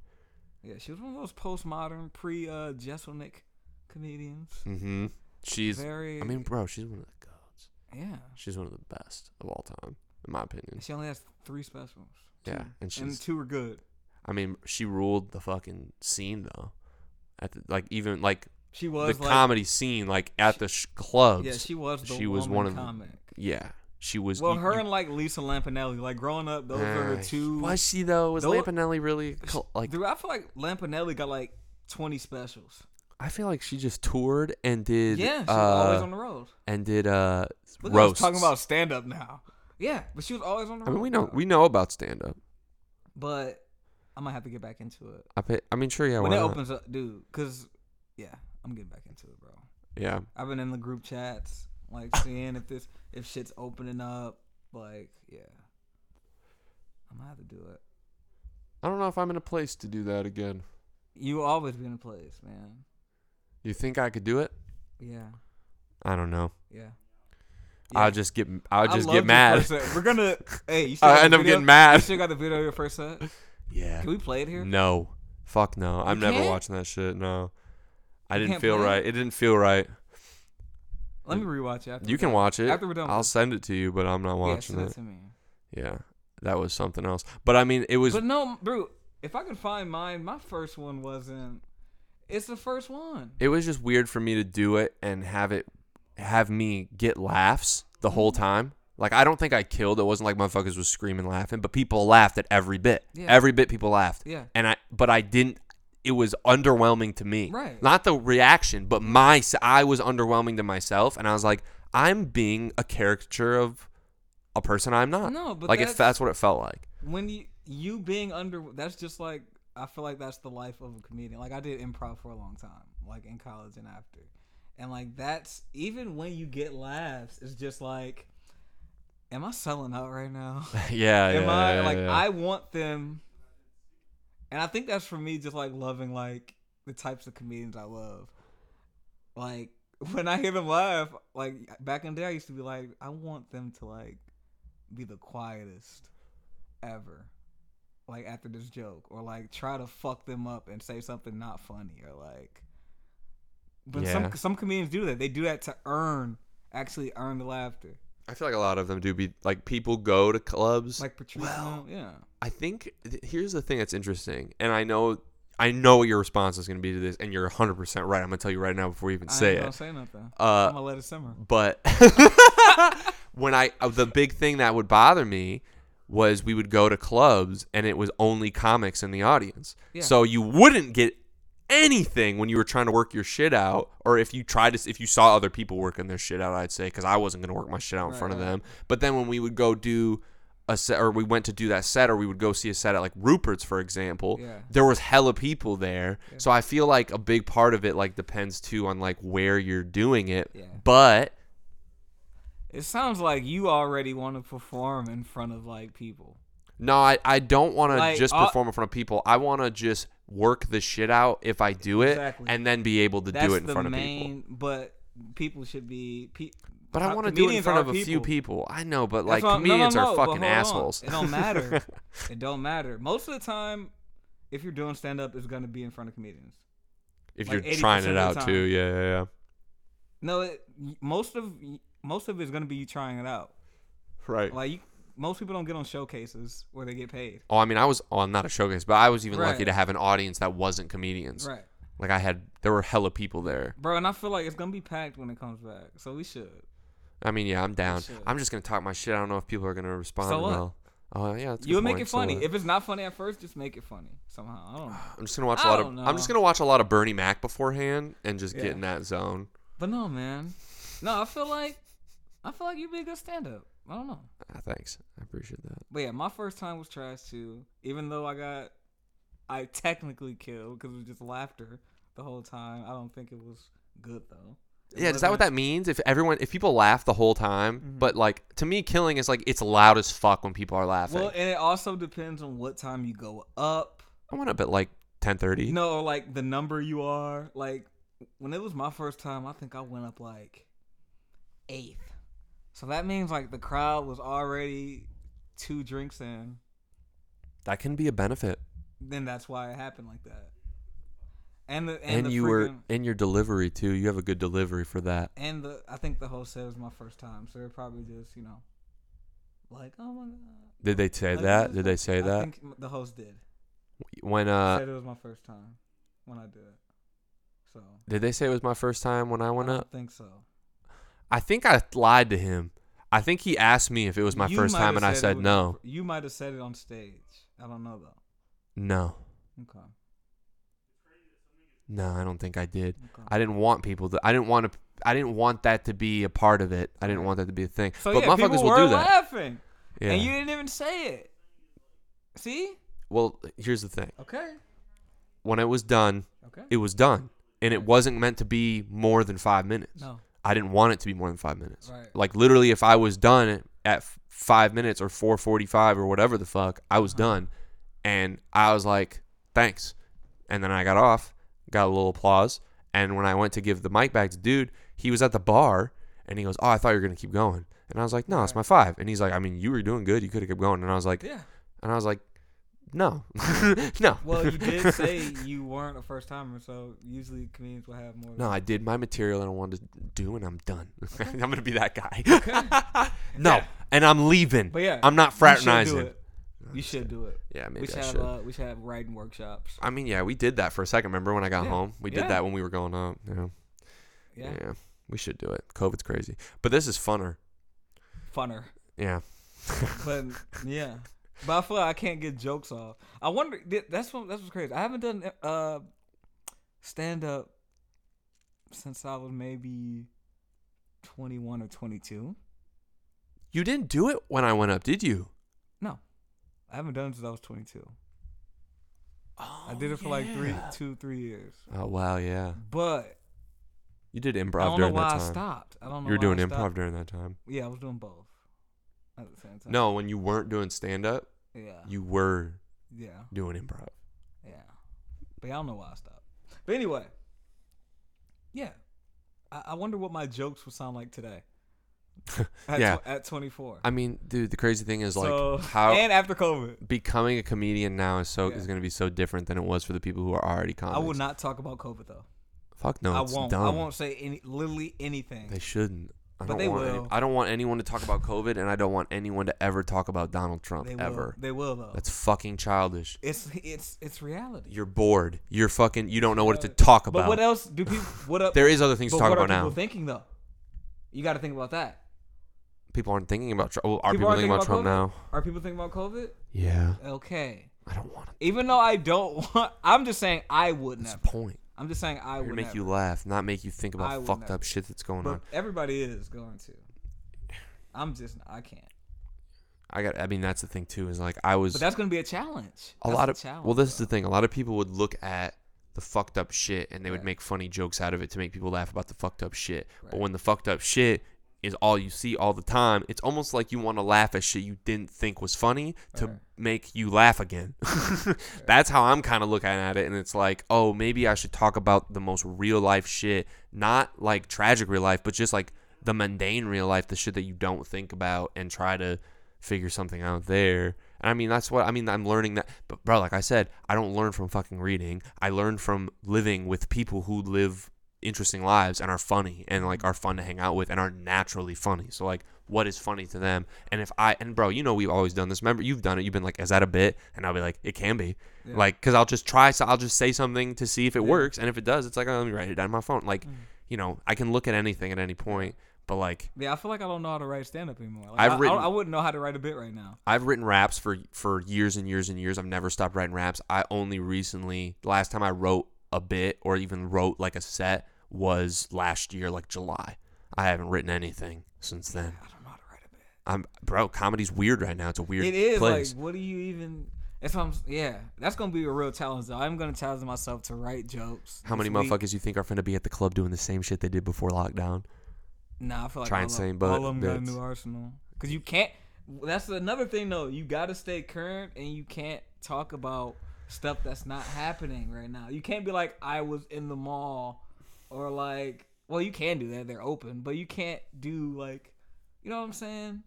Speaker 2: Yeah, she was one of those postmodern, pre uh, Jesselnick comedians.
Speaker 1: Mm-hmm. She's
Speaker 2: Very.
Speaker 1: I mean, bro, she's one of the gods.
Speaker 2: yeah.
Speaker 1: She's one of the best of all time, in my opinion.
Speaker 2: She only has three specials.
Speaker 1: Yeah.
Speaker 2: Two.
Speaker 1: And
Speaker 2: and
Speaker 1: she's
Speaker 2: two are good.
Speaker 1: I mean, she ruled the fucking scene though. At the, like even like
Speaker 2: She
Speaker 1: the
Speaker 2: was like,
Speaker 1: comedy scene, like at the sh- clubs.
Speaker 2: Yeah, she was. The
Speaker 1: she was
Speaker 2: woman
Speaker 1: one of the-
Speaker 2: comic.
Speaker 1: Yeah, she was. e-,
Speaker 2: Well,
Speaker 1: you-
Speaker 2: her
Speaker 1: you-
Speaker 2: and like Lisa Lampanelli, like growing up, those are
Speaker 1: Ah,
Speaker 2: the two.
Speaker 1: Was she though? Was
Speaker 2: Those-
Speaker 1: Lampanelli really col- like?
Speaker 2: Dude, I feel like Lampanelli got like twenty specials.
Speaker 1: I feel like she just toured and did.
Speaker 2: yeah, she was
Speaker 1: uh,
Speaker 2: always on the road.
Speaker 1: and did uh
Speaker 2: Look at us
Speaker 1: roasts.
Speaker 2: talking about stand up now. Yeah, but she was always on the
Speaker 1: I
Speaker 2: road.
Speaker 1: mean, we know
Speaker 2: bro.
Speaker 1: we know about stand up.
Speaker 2: But I might have to get back into it
Speaker 1: I pay, I mean, sure, yeah, why
Speaker 2: when it
Speaker 1: not?
Speaker 2: opens up, dude. Cause yeah, I'm getting back into it, bro.
Speaker 1: yeah.
Speaker 2: I've been in the group chats, like seeing if this if shit's opening up. Like, yeah, I'm gonna have to do it.
Speaker 1: I don't know if I'm in a place to do that again.
Speaker 2: You always been in place, man.
Speaker 1: You think I could do it?
Speaker 2: Yeah,
Speaker 1: I don't know.
Speaker 2: yeah. Yeah.
Speaker 1: I'll just get I'll just
Speaker 2: I
Speaker 1: get
Speaker 2: loved your
Speaker 1: mad.
Speaker 2: first set. We're gonna. Hey, you still got
Speaker 1: I
Speaker 2: the
Speaker 1: end up
Speaker 2: video?
Speaker 1: getting
Speaker 2: You
Speaker 1: mad.
Speaker 2: still got the video of your first set?
Speaker 1: Yeah.
Speaker 2: Can we play it here?
Speaker 1: No. Fuck no. I'm never
Speaker 2: can't?
Speaker 1: watching that shit. No. I
Speaker 2: You
Speaker 1: didn't
Speaker 2: can't
Speaker 1: feel
Speaker 2: play it?
Speaker 1: right. It didn't feel right.
Speaker 2: Let me rewatch it. After
Speaker 1: You
Speaker 2: we're
Speaker 1: can
Speaker 2: done.
Speaker 1: watch it.
Speaker 2: After we're done.
Speaker 1: I'll send it to you, but I'm not
Speaker 2: yeah,
Speaker 1: watching
Speaker 2: send
Speaker 1: it.
Speaker 2: to me.
Speaker 1: Yeah. That was something else. But I mean, it was
Speaker 2: But no, bro. If I could find mine, my first one wasn't. It's the first one.
Speaker 1: it was just weird for me to do it and have it have me get laughs the whole
Speaker 2: Mm-hmm.
Speaker 1: time. Like I don't think I killed. It wasn't like motherfuckers was screaming laughing, but people laughed at every bit.
Speaker 2: Yeah.
Speaker 1: Every bit people laughed.
Speaker 2: Yeah.
Speaker 1: And I but I didn't it was underwhelming to me.
Speaker 2: Right.
Speaker 1: Not the reaction, but my I was underwhelming to myself and I was like I'm being a caricature of a person I'm not.
Speaker 2: No, but
Speaker 1: like
Speaker 2: that's-
Speaker 1: if that's what it felt like.
Speaker 2: When you you being under, that's just like I feel like that's the life of a comedian. Like I did improv for a long time, like in college and after, and like that's even when you get laughs, it's just like, am I selling out right now?
Speaker 1: yeah,
Speaker 2: Am
Speaker 1: yeah,
Speaker 2: I
Speaker 1: yeah,
Speaker 2: like
Speaker 1: yeah.
Speaker 2: I want them and I think that's for me just like loving like the types of comedians I love. Like when I hear them laugh, like back in the day I used to be like, I want them to like be the quietest ever. Like after this joke. Or like try to fuck them up and say something not funny or like But
Speaker 1: Yeah.
Speaker 2: some some comedians do that. They do that to earn actually earn the laughter.
Speaker 1: I feel like a lot of them do be like people go to clubs
Speaker 2: Like Patrice
Speaker 1: Well,
Speaker 2: and them, yeah.
Speaker 1: I think th- here's the thing that's interesting, and I know I know what your response is going to be to this, and you're 100 percent right. I'm going to tell you right now before you even
Speaker 2: I
Speaker 1: say
Speaker 2: ain't gonna
Speaker 1: it.
Speaker 2: say nothing. I'm
Speaker 1: Uh,
Speaker 2: gonna let it simmer.
Speaker 1: but when I uh, the big thing that would bother me was we would go to clubs and it was only comics in the audience,
Speaker 2: Yeah.
Speaker 1: so you wouldn't get anything when you were trying to work your shit out or if you tried to if you saw other people working their shit out I'd say cuz I wasn't going to work my shit out in
Speaker 2: Right,
Speaker 1: front of
Speaker 2: right.
Speaker 1: them but then when we would go do a set or we went to do that set or we would go see a set at like Rupert's for example
Speaker 2: Yeah.
Speaker 1: there was hella people there so I feel like a big part of it like depends too on like where you're doing it
Speaker 2: Yeah.
Speaker 1: but
Speaker 2: It sounds like you already want to perform in front of like people.
Speaker 1: No, I, I don't want to
Speaker 2: Like,
Speaker 1: just
Speaker 2: uh,
Speaker 1: perform in front of people. I want to just work the shit out if I do it
Speaker 2: Exactly.
Speaker 1: and then be able to
Speaker 2: That's
Speaker 1: do it in
Speaker 2: the
Speaker 1: front of people.
Speaker 2: main, but people should be. Pe-
Speaker 1: But I
Speaker 2: uh,
Speaker 1: want to do it in
Speaker 2: comedians
Speaker 1: front
Speaker 2: are
Speaker 1: of a few people. I know, but like
Speaker 2: That's what I'm- no, no,
Speaker 1: comedians
Speaker 2: no,
Speaker 1: are
Speaker 2: but
Speaker 1: fucking
Speaker 2: hold on.
Speaker 1: assholes.
Speaker 2: It don't matter. it don't matter. Most of the time, if you're doing stand up, it's gonna be in front of comedians.
Speaker 1: if
Speaker 2: Like
Speaker 1: you're trying
Speaker 2: 80% of
Speaker 1: it
Speaker 2: the
Speaker 1: out
Speaker 2: time.
Speaker 1: too. Yeah, yeah, yeah.
Speaker 2: No, it, most of most of it's gonna be you trying it out.
Speaker 1: Right.
Speaker 2: Like you, most people don't get on showcases where they get paid.
Speaker 1: oh, I mean, I was on not a showcase, but I was even lucky
Speaker 2: Right.
Speaker 1: to have an audience that wasn't comedians.
Speaker 2: Right,
Speaker 1: Like I had, there were hella people there.
Speaker 2: bro. And I feel like it's gonna be packed when it comes back, so we should.
Speaker 1: I mean, yeah, I'm down.
Speaker 2: Shit.
Speaker 1: I'm just gonna talk my shit. I don't know if people are gonna respond
Speaker 2: So what?
Speaker 1: well. Oh yeah, that's a good
Speaker 2: You'll make
Speaker 1: point.
Speaker 2: it
Speaker 1: So
Speaker 2: funny.
Speaker 1: what?
Speaker 2: If it's not funny at first, just make it funny somehow. I don't know.
Speaker 1: I'm just gonna watch a
Speaker 2: I
Speaker 1: lot of.
Speaker 2: don't
Speaker 1: I'm just
Speaker 2: know.
Speaker 1: gonna watch a lot of Bernie Mac beforehand and just
Speaker 2: Yeah.
Speaker 1: get in that zone.
Speaker 2: But no, man. No, I feel like I feel like you'd be a good stand up. I don't know.
Speaker 1: Ah, thanks, I appreciate that.
Speaker 2: But yeah, my first time was trash too. Even though I got I technically killed because it was just laughter the whole time. I don't think it was good though. It
Speaker 1: yeah, is that what
Speaker 2: wasn't- Mm-hmm.
Speaker 1: that means? If everyone, if people laugh the whole time, but like to me, killing is like it's loud as fuck when people are laughing.
Speaker 2: Well, and it also depends on what time you go up.
Speaker 1: I went up at like 10:30.
Speaker 2: You know, like the number you are. Like when it was my first time, I think I went up like eighth. So that means like the crowd was already two drinks in.
Speaker 1: That can be a benefit.
Speaker 2: Then that's why it happened like that. And the and,
Speaker 1: And,
Speaker 2: the
Speaker 1: you were
Speaker 2: freaking-
Speaker 1: in your delivery too. You have a good delivery for that.
Speaker 2: and the I think the whole set was my first time, so they're probably just you know, like oh my god.
Speaker 1: Did they say
Speaker 2: Like,
Speaker 1: that?
Speaker 2: this-
Speaker 1: Did they say
Speaker 2: I
Speaker 1: that
Speaker 2: think the host did.
Speaker 1: when uh?
Speaker 2: said it was my first time when I did it. So
Speaker 1: Did they say it was my first time when I went
Speaker 2: I
Speaker 1: up?
Speaker 2: don't think so.
Speaker 1: I think I lied to him. I think he asked me if it was my
Speaker 2: You
Speaker 1: first
Speaker 2: might
Speaker 1: time,
Speaker 2: have
Speaker 1: and I
Speaker 2: it
Speaker 1: said
Speaker 2: was-
Speaker 1: no,
Speaker 2: You might have said it on stage. I don't know though.
Speaker 1: no,
Speaker 2: Okay.
Speaker 1: no. I don't think I did.
Speaker 2: okay.
Speaker 1: I didn't want people to. I didn't want to. I didn't want that to be a part of it. I didn't want that to be a thing.
Speaker 2: so
Speaker 1: but
Speaker 2: yeah,
Speaker 1: motherfuckers
Speaker 2: people
Speaker 1: will
Speaker 2: were
Speaker 1: do that.
Speaker 2: laughing,
Speaker 1: Yeah.
Speaker 2: and you didn't even say it. See?
Speaker 1: well, here's the thing.
Speaker 2: Okay.
Speaker 1: When it was done,
Speaker 2: Okay.
Speaker 1: it was done, and it wasn't meant to be more than five minutes.
Speaker 2: no.
Speaker 1: I didn't want it to be more than five minutes.
Speaker 2: Right.
Speaker 1: Like literally, if I was done at f- five minutes or four forty-five or whatever the fuck, I
Speaker 2: Uh-huh.
Speaker 1: was done, and I was like, "Thanks," and then I got off, got a little applause, and when I went to give the mic back to dude, he was at the bar, and he goes, "Oh, I thought you were gonna keep going," And I was like, no, it's my five. And he's like, I mean, you were doing good. You could have kept going. And I was like,
Speaker 2: Yeah.
Speaker 1: and I was like, no, no.
Speaker 2: Well, you did say you weren't a first timer, so usually comedians will have more.
Speaker 1: No, I did my material that I wanted to do, and I'm done. I'm gonna be that guy. no,
Speaker 2: Yeah.
Speaker 1: and I'm leaving.
Speaker 2: But yeah,
Speaker 1: I'm not
Speaker 2: You should
Speaker 1: fraternizing.
Speaker 2: do it. You should do it.
Speaker 1: Yeah,
Speaker 2: We
Speaker 1: maybe
Speaker 2: should
Speaker 1: I
Speaker 2: have
Speaker 1: should.
Speaker 2: Uh, we should have writing workshops.
Speaker 1: I mean, yeah, we did that for a second. Remember when I got
Speaker 2: Yeah.
Speaker 1: home? We did
Speaker 2: Yeah.
Speaker 1: that when we were going up. Yeah.
Speaker 2: Yeah,
Speaker 1: yeah, we should do it. COVID's crazy, but this is funner.
Speaker 2: funner.
Speaker 1: Yeah,
Speaker 2: But yeah, but I feel like I can't get jokes off. I wonder. th- That's what that's what's crazy. I haven't done uh stand up since I was maybe twenty one or twenty two.
Speaker 1: you didn't do it when I went up, did you?
Speaker 2: No, I haven't done it since I was twenty two.
Speaker 1: Oh,
Speaker 2: I did it for like three, two, three years.
Speaker 1: Oh wow, yeah,
Speaker 2: But
Speaker 1: you did
Speaker 2: I
Speaker 1: improv
Speaker 2: don't know
Speaker 1: during
Speaker 2: why
Speaker 1: that
Speaker 2: I
Speaker 1: time.
Speaker 2: stopped. I don't know.
Speaker 1: you were
Speaker 2: why
Speaker 1: doing
Speaker 2: I
Speaker 1: improv
Speaker 2: stopped.
Speaker 1: during that time.
Speaker 2: Yeah, I was doing both at the same time.
Speaker 1: No, when you weren't doing stand up,
Speaker 2: Yeah.
Speaker 1: you were
Speaker 2: yeah.
Speaker 1: doing improv.
Speaker 2: Yeah. But I don't know why I stopped. But anyway. Yeah. I, I wonder what my jokes would sound like today. At
Speaker 1: Yeah.
Speaker 2: Tw- at 24.
Speaker 1: I mean, dude, the crazy thing is like
Speaker 2: so,
Speaker 1: how
Speaker 2: and after COVID,
Speaker 1: becoming a comedian now is so
Speaker 2: Yeah.
Speaker 1: is going to be so different than it was for the people who are already
Speaker 2: I
Speaker 1: comics.
Speaker 2: will not talk about COVID though.
Speaker 1: Fuck no,
Speaker 2: I
Speaker 1: it's
Speaker 2: won't.
Speaker 1: dumb.
Speaker 2: I won't say any literally anything.
Speaker 1: They shouldn't. I
Speaker 2: But
Speaker 1: don't
Speaker 2: they
Speaker 1: want any-
Speaker 2: will.
Speaker 1: I don't want anyone to talk about COVID, and I don't want anyone to ever talk about Donald Trump
Speaker 2: They will.
Speaker 1: ever.
Speaker 2: They will though.
Speaker 1: That's fucking childish.
Speaker 2: it's it's it's reality.
Speaker 1: You're bored. You're fucking. You don't know what to talk about.
Speaker 2: But what else do people? What up?
Speaker 1: there is other things to
Speaker 2: but
Speaker 1: talk
Speaker 2: what
Speaker 1: about
Speaker 2: are
Speaker 1: now.
Speaker 2: people thinking though? You got to think about that.
Speaker 1: people aren't thinking about Trump. Well, are people,
Speaker 2: People aren't
Speaker 1: thinking about Trump
Speaker 2: thinking about
Speaker 1: now?
Speaker 2: Are people thinking about COVID?
Speaker 1: Yeah.
Speaker 2: Okay.
Speaker 1: I don't want to.
Speaker 2: Even though I don't want, I'm just saying I would never.
Speaker 1: Point.
Speaker 2: I'm just saying I
Speaker 1: Here
Speaker 2: would
Speaker 1: to make
Speaker 2: never.
Speaker 1: you laugh, not make you think
Speaker 2: I
Speaker 1: about
Speaker 2: would
Speaker 1: fucked
Speaker 2: never.
Speaker 1: up shit that's going
Speaker 2: but
Speaker 1: on.
Speaker 2: everybody is going to. I'm just I can't.
Speaker 1: I got. I mean, that's the thing too. Is like I was.
Speaker 2: But that's gonna be a challenge.
Speaker 1: a
Speaker 2: That's
Speaker 1: lot
Speaker 2: the
Speaker 1: of
Speaker 2: challenge,
Speaker 1: well this is
Speaker 2: though.
Speaker 1: the thing a lot of people would look at the fucked up shit and they would
Speaker 2: Right.
Speaker 1: make funny jokes out of it to make people laugh about the fucked up shit
Speaker 2: Right.
Speaker 1: but when the fucked up shit is all you see all the time it's almost like you want to laugh at shit you didn't think was funny to
Speaker 2: Right.
Speaker 1: make you laugh again that's how i'm kind of looking at it and it's like oh maybe i should talk about the most real life shit not like tragic real life but just like the mundane real life the shit that you don't think about and try to figure something out there. And I mean, that's what I mean. I'm learning that, but bro, like I said, I don't learn from fucking reading. I learn from living with people who live interesting lives and are funny and like are fun to hang out with and are naturally funny. So like, what is funny to them? And if I and bro, you know we've always done this. Remember, you've done it. You've been like, is that a bit? And I'll be like, it can be.
Speaker 2: Yeah.
Speaker 1: Like, cause I'll just try. So I'll just say something to see if it
Speaker 2: Yeah. Mm.
Speaker 1: works. And if it does, it's like, oh, let me write it down on my phone. Like, you know, I can look at anything at any point. But like,
Speaker 2: Yeah, I feel like I don't know how to write stand up anymore.
Speaker 1: I've
Speaker 2: Like, I- I,
Speaker 1: written-
Speaker 2: don't- I, wouldn't know how to write a bit right now.
Speaker 1: I've written raps for for years and years and years. I've never stopped writing raps. I only recently last time I wrote a bit or even wrote like a set was last year like July. I haven't written anything since then.
Speaker 2: I don't know how to write a bit.
Speaker 1: I'm bro, comedy's weird right now. It's a weird
Speaker 2: It is
Speaker 1: place.
Speaker 2: like what do you even? That's what I'm. s- Yeah, that's gonna be a real challenge. though. I'm gonna challenge myself to write jokes.
Speaker 1: How
Speaker 2: this
Speaker 1: many
Speaker 2: week.
Speaker 1: motherfuckers you think are finna be at the club doing the same shit they did before lockdown?
Speaker 2: Nah, I feel like
Speaker 1: Try
Speaker 2: all,
Speaker 1: and same
Speaker 2: of,
Speaker 1: bu-
Speaker 2: all of them got a
Speaker 1: bits.
Speaker 2: new arsenal. Cause you can't. That's another thing though. You gotta stay current, and you can't talk about stuff that's not happening right now. You can't be like, I was in the mall, or like, well, you can do that. They're open, but you can't do like, you know what I'm saying?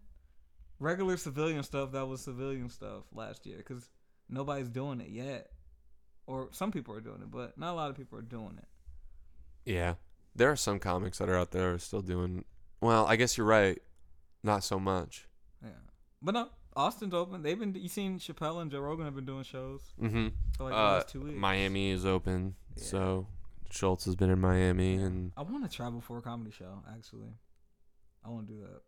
Speaker 2: Regular civilian stuff that was civilian stuff last year, cause nobody's doing it yet, or some people are doing it, but not a lot of people are doing it.
Speaker 1: Yeah. There are some comics that are out there still doing well, I guess you're right. Not so much.
Speaker 2: Yeah, but no, Austin's open. They've been. You seen Chappelle and Joe Rogan have been doing shows
Speaker 1: Mm-hmm.
Speaker 2: for like the
Speaker 1: Uh,
Speaker 2: last two weeks.
Speaker 1: Miami is open,
Speaker 2: Yeah.
Speaker 1: so Schultz has been in Miami, and
Speaker 2: I want to travel for a comedy show. Actually, I want to do that.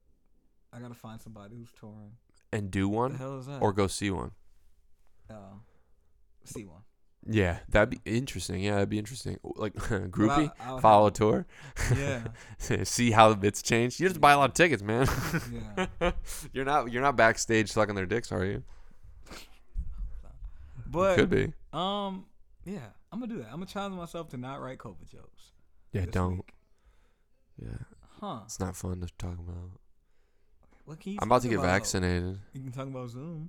Speaker 2: I gotta find somebody who's touring.
Speaker 1: and do
Speaker 2: What the
Speaker 1: one
Speaker 2: hell is that?
Speaker 1: or go see one.
Speaker 2: uh, see one
Speaker 1: Yeah, that'd be interesting. Yeah, that'd be interesting. Like groupie,
Speaker 2: But I- I would
Speaker 1: follow a tour,
Speaker 2: have- Yeah,
Speaker 1: see how the bits change. You just buy a lot of tickets, man.
Speaker 2: yeah.
Speaker 1: you're not you're not backstage sucking their dicks, are you?
Speaker 2: But
Speaker 1: Could be.
Speaker 2: um, yeah, I'm gonna do that. I'm gonna challenge myself to not write COVID jokes.
Speaker 1: Yeah,
Speaker 2: this
Speaker 1: don't.
Speaker 2: week.
Speaker 1: Yeah,
Speaker 2: Huh?
Speaker 1: it's not fun to talk about.
Speaker 2: What can you?
Speaker 1: I'm about to
Speaker 2: talk
Speaker 1: get vaccinated,
Speaker 2: You can talk about Zoom.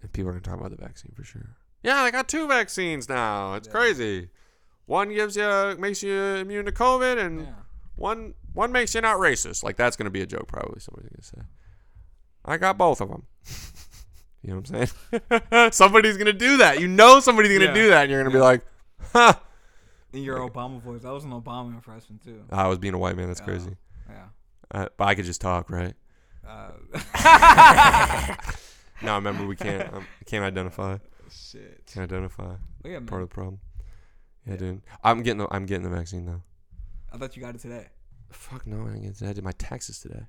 Speaker 1: and people are gonna talk about the vaccine for sure. Yeah, I got two vaccines now. It's
Speaker 2: Yeah.
Speaker 1: crazy. One gives you makes you immune to COVID, and
Speaker 2: Yeah.
Speaker 1: One one makes you not racist. Like that's gonna be a joke. Probably somebody's gonna say. I got both of them. you know what I'm saying? somebody's gonna do that. You know somebody's gonna
Speaker 2: Yeah.
Speaker 1: do that, and you're gonna
Speaker 2: Yeah.
Speaker 1: be like, "Huh."
Speaker 2: In your Obama voice. That was an Obama impression too.
Speaker 1: Ah, I was being a white man. That's crazy.
Speaker 2: Yeah.
Speaker 1: Uh, but I could just talk, right?
Speaker 2: Uh,
Speaker 1: No, remember we can't. Um, I can't identify.
Speaker 2: shit.
Speaker 1: Can't identify.
Speaker 2: But yeah, man,
Speaker 1: Part of the problem. Yeah, dude. I'm getting. The, I'm getting the vaccine though.
Speaker 2: I thought you got it today.
Speaker 1: Fuck no, I didn't get to- I did my taxes today.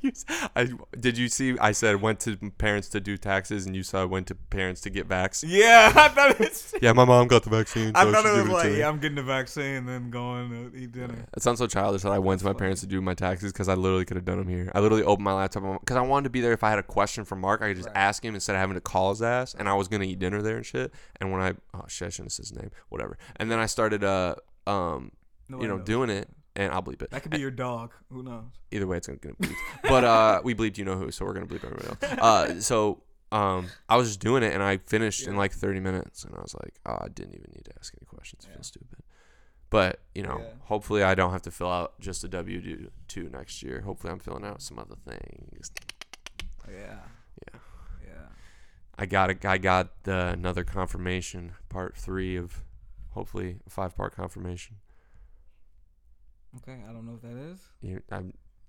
Speaker 1: You s- I, did you see? I said went to parents to do taxes, and you saw I went to parents to get vax.
Speaker 2: Yeah, I thought it's.
Speaker 1: Yeah, my mom got the vaccine. So
Speaker 2: I thought
Speaker 1: she
Speaker 2: it
Speaker 1: gave
Speaker 2: was
Speaker 1: to
Speaker 2: like,
Speaker 1: me.
Speaker 2: yeah, I'm getting the vaccine and then going to eat dinner.
Speaker 1: It sounds so childish that I went to my parents to do my taxes because I literally could have done them here. I literally opened my laptop because I wanted to be there. If I had a question for Mark, I could just
Speaker 2: Right.
Speaker 1: ask him instead of having to call his ass. And I was gonna eat dinner there and shit. And when I oh shit, I shouldn't have said his name. Whatever. And then I started uh um
Speaker 2: No
Speaker 1: you
Speaker 2: one
Speaker 1: know
Speaker 2: knows.
Speaker 1: doing it, and I'll bleep it.
Speaker 2: That could be your dog. Who knows?
Speaker 1: either way, it's gonna, gonna bleep. but uh, we bleeped you know who, so we're gonna bleep everyone else. Uh, so um, I was just doing it, and I finished in
Speaker 2: Yeah.
Speaker 1: like 30 minutes, and I was like, oh, I didn't even need to ask any questions. I
Speaker 2: Yeah.
Speaker 1: feel stupid. But you know,
Speaker 2: Yeah.
Speaker 1: hopefully I don't have to fill out just a W two next year. Hopefully I'm filling out some other things.
Speaker 2: Yeah.
Speaker 1: Yeah.
Speaker 2: Yeah.
Speaker 1: I got a, I got the, another confirmation, part three of hopefully a five part confirmation.
Speaker 2: Okay, I don't know what that is.
Speaker 1: You, I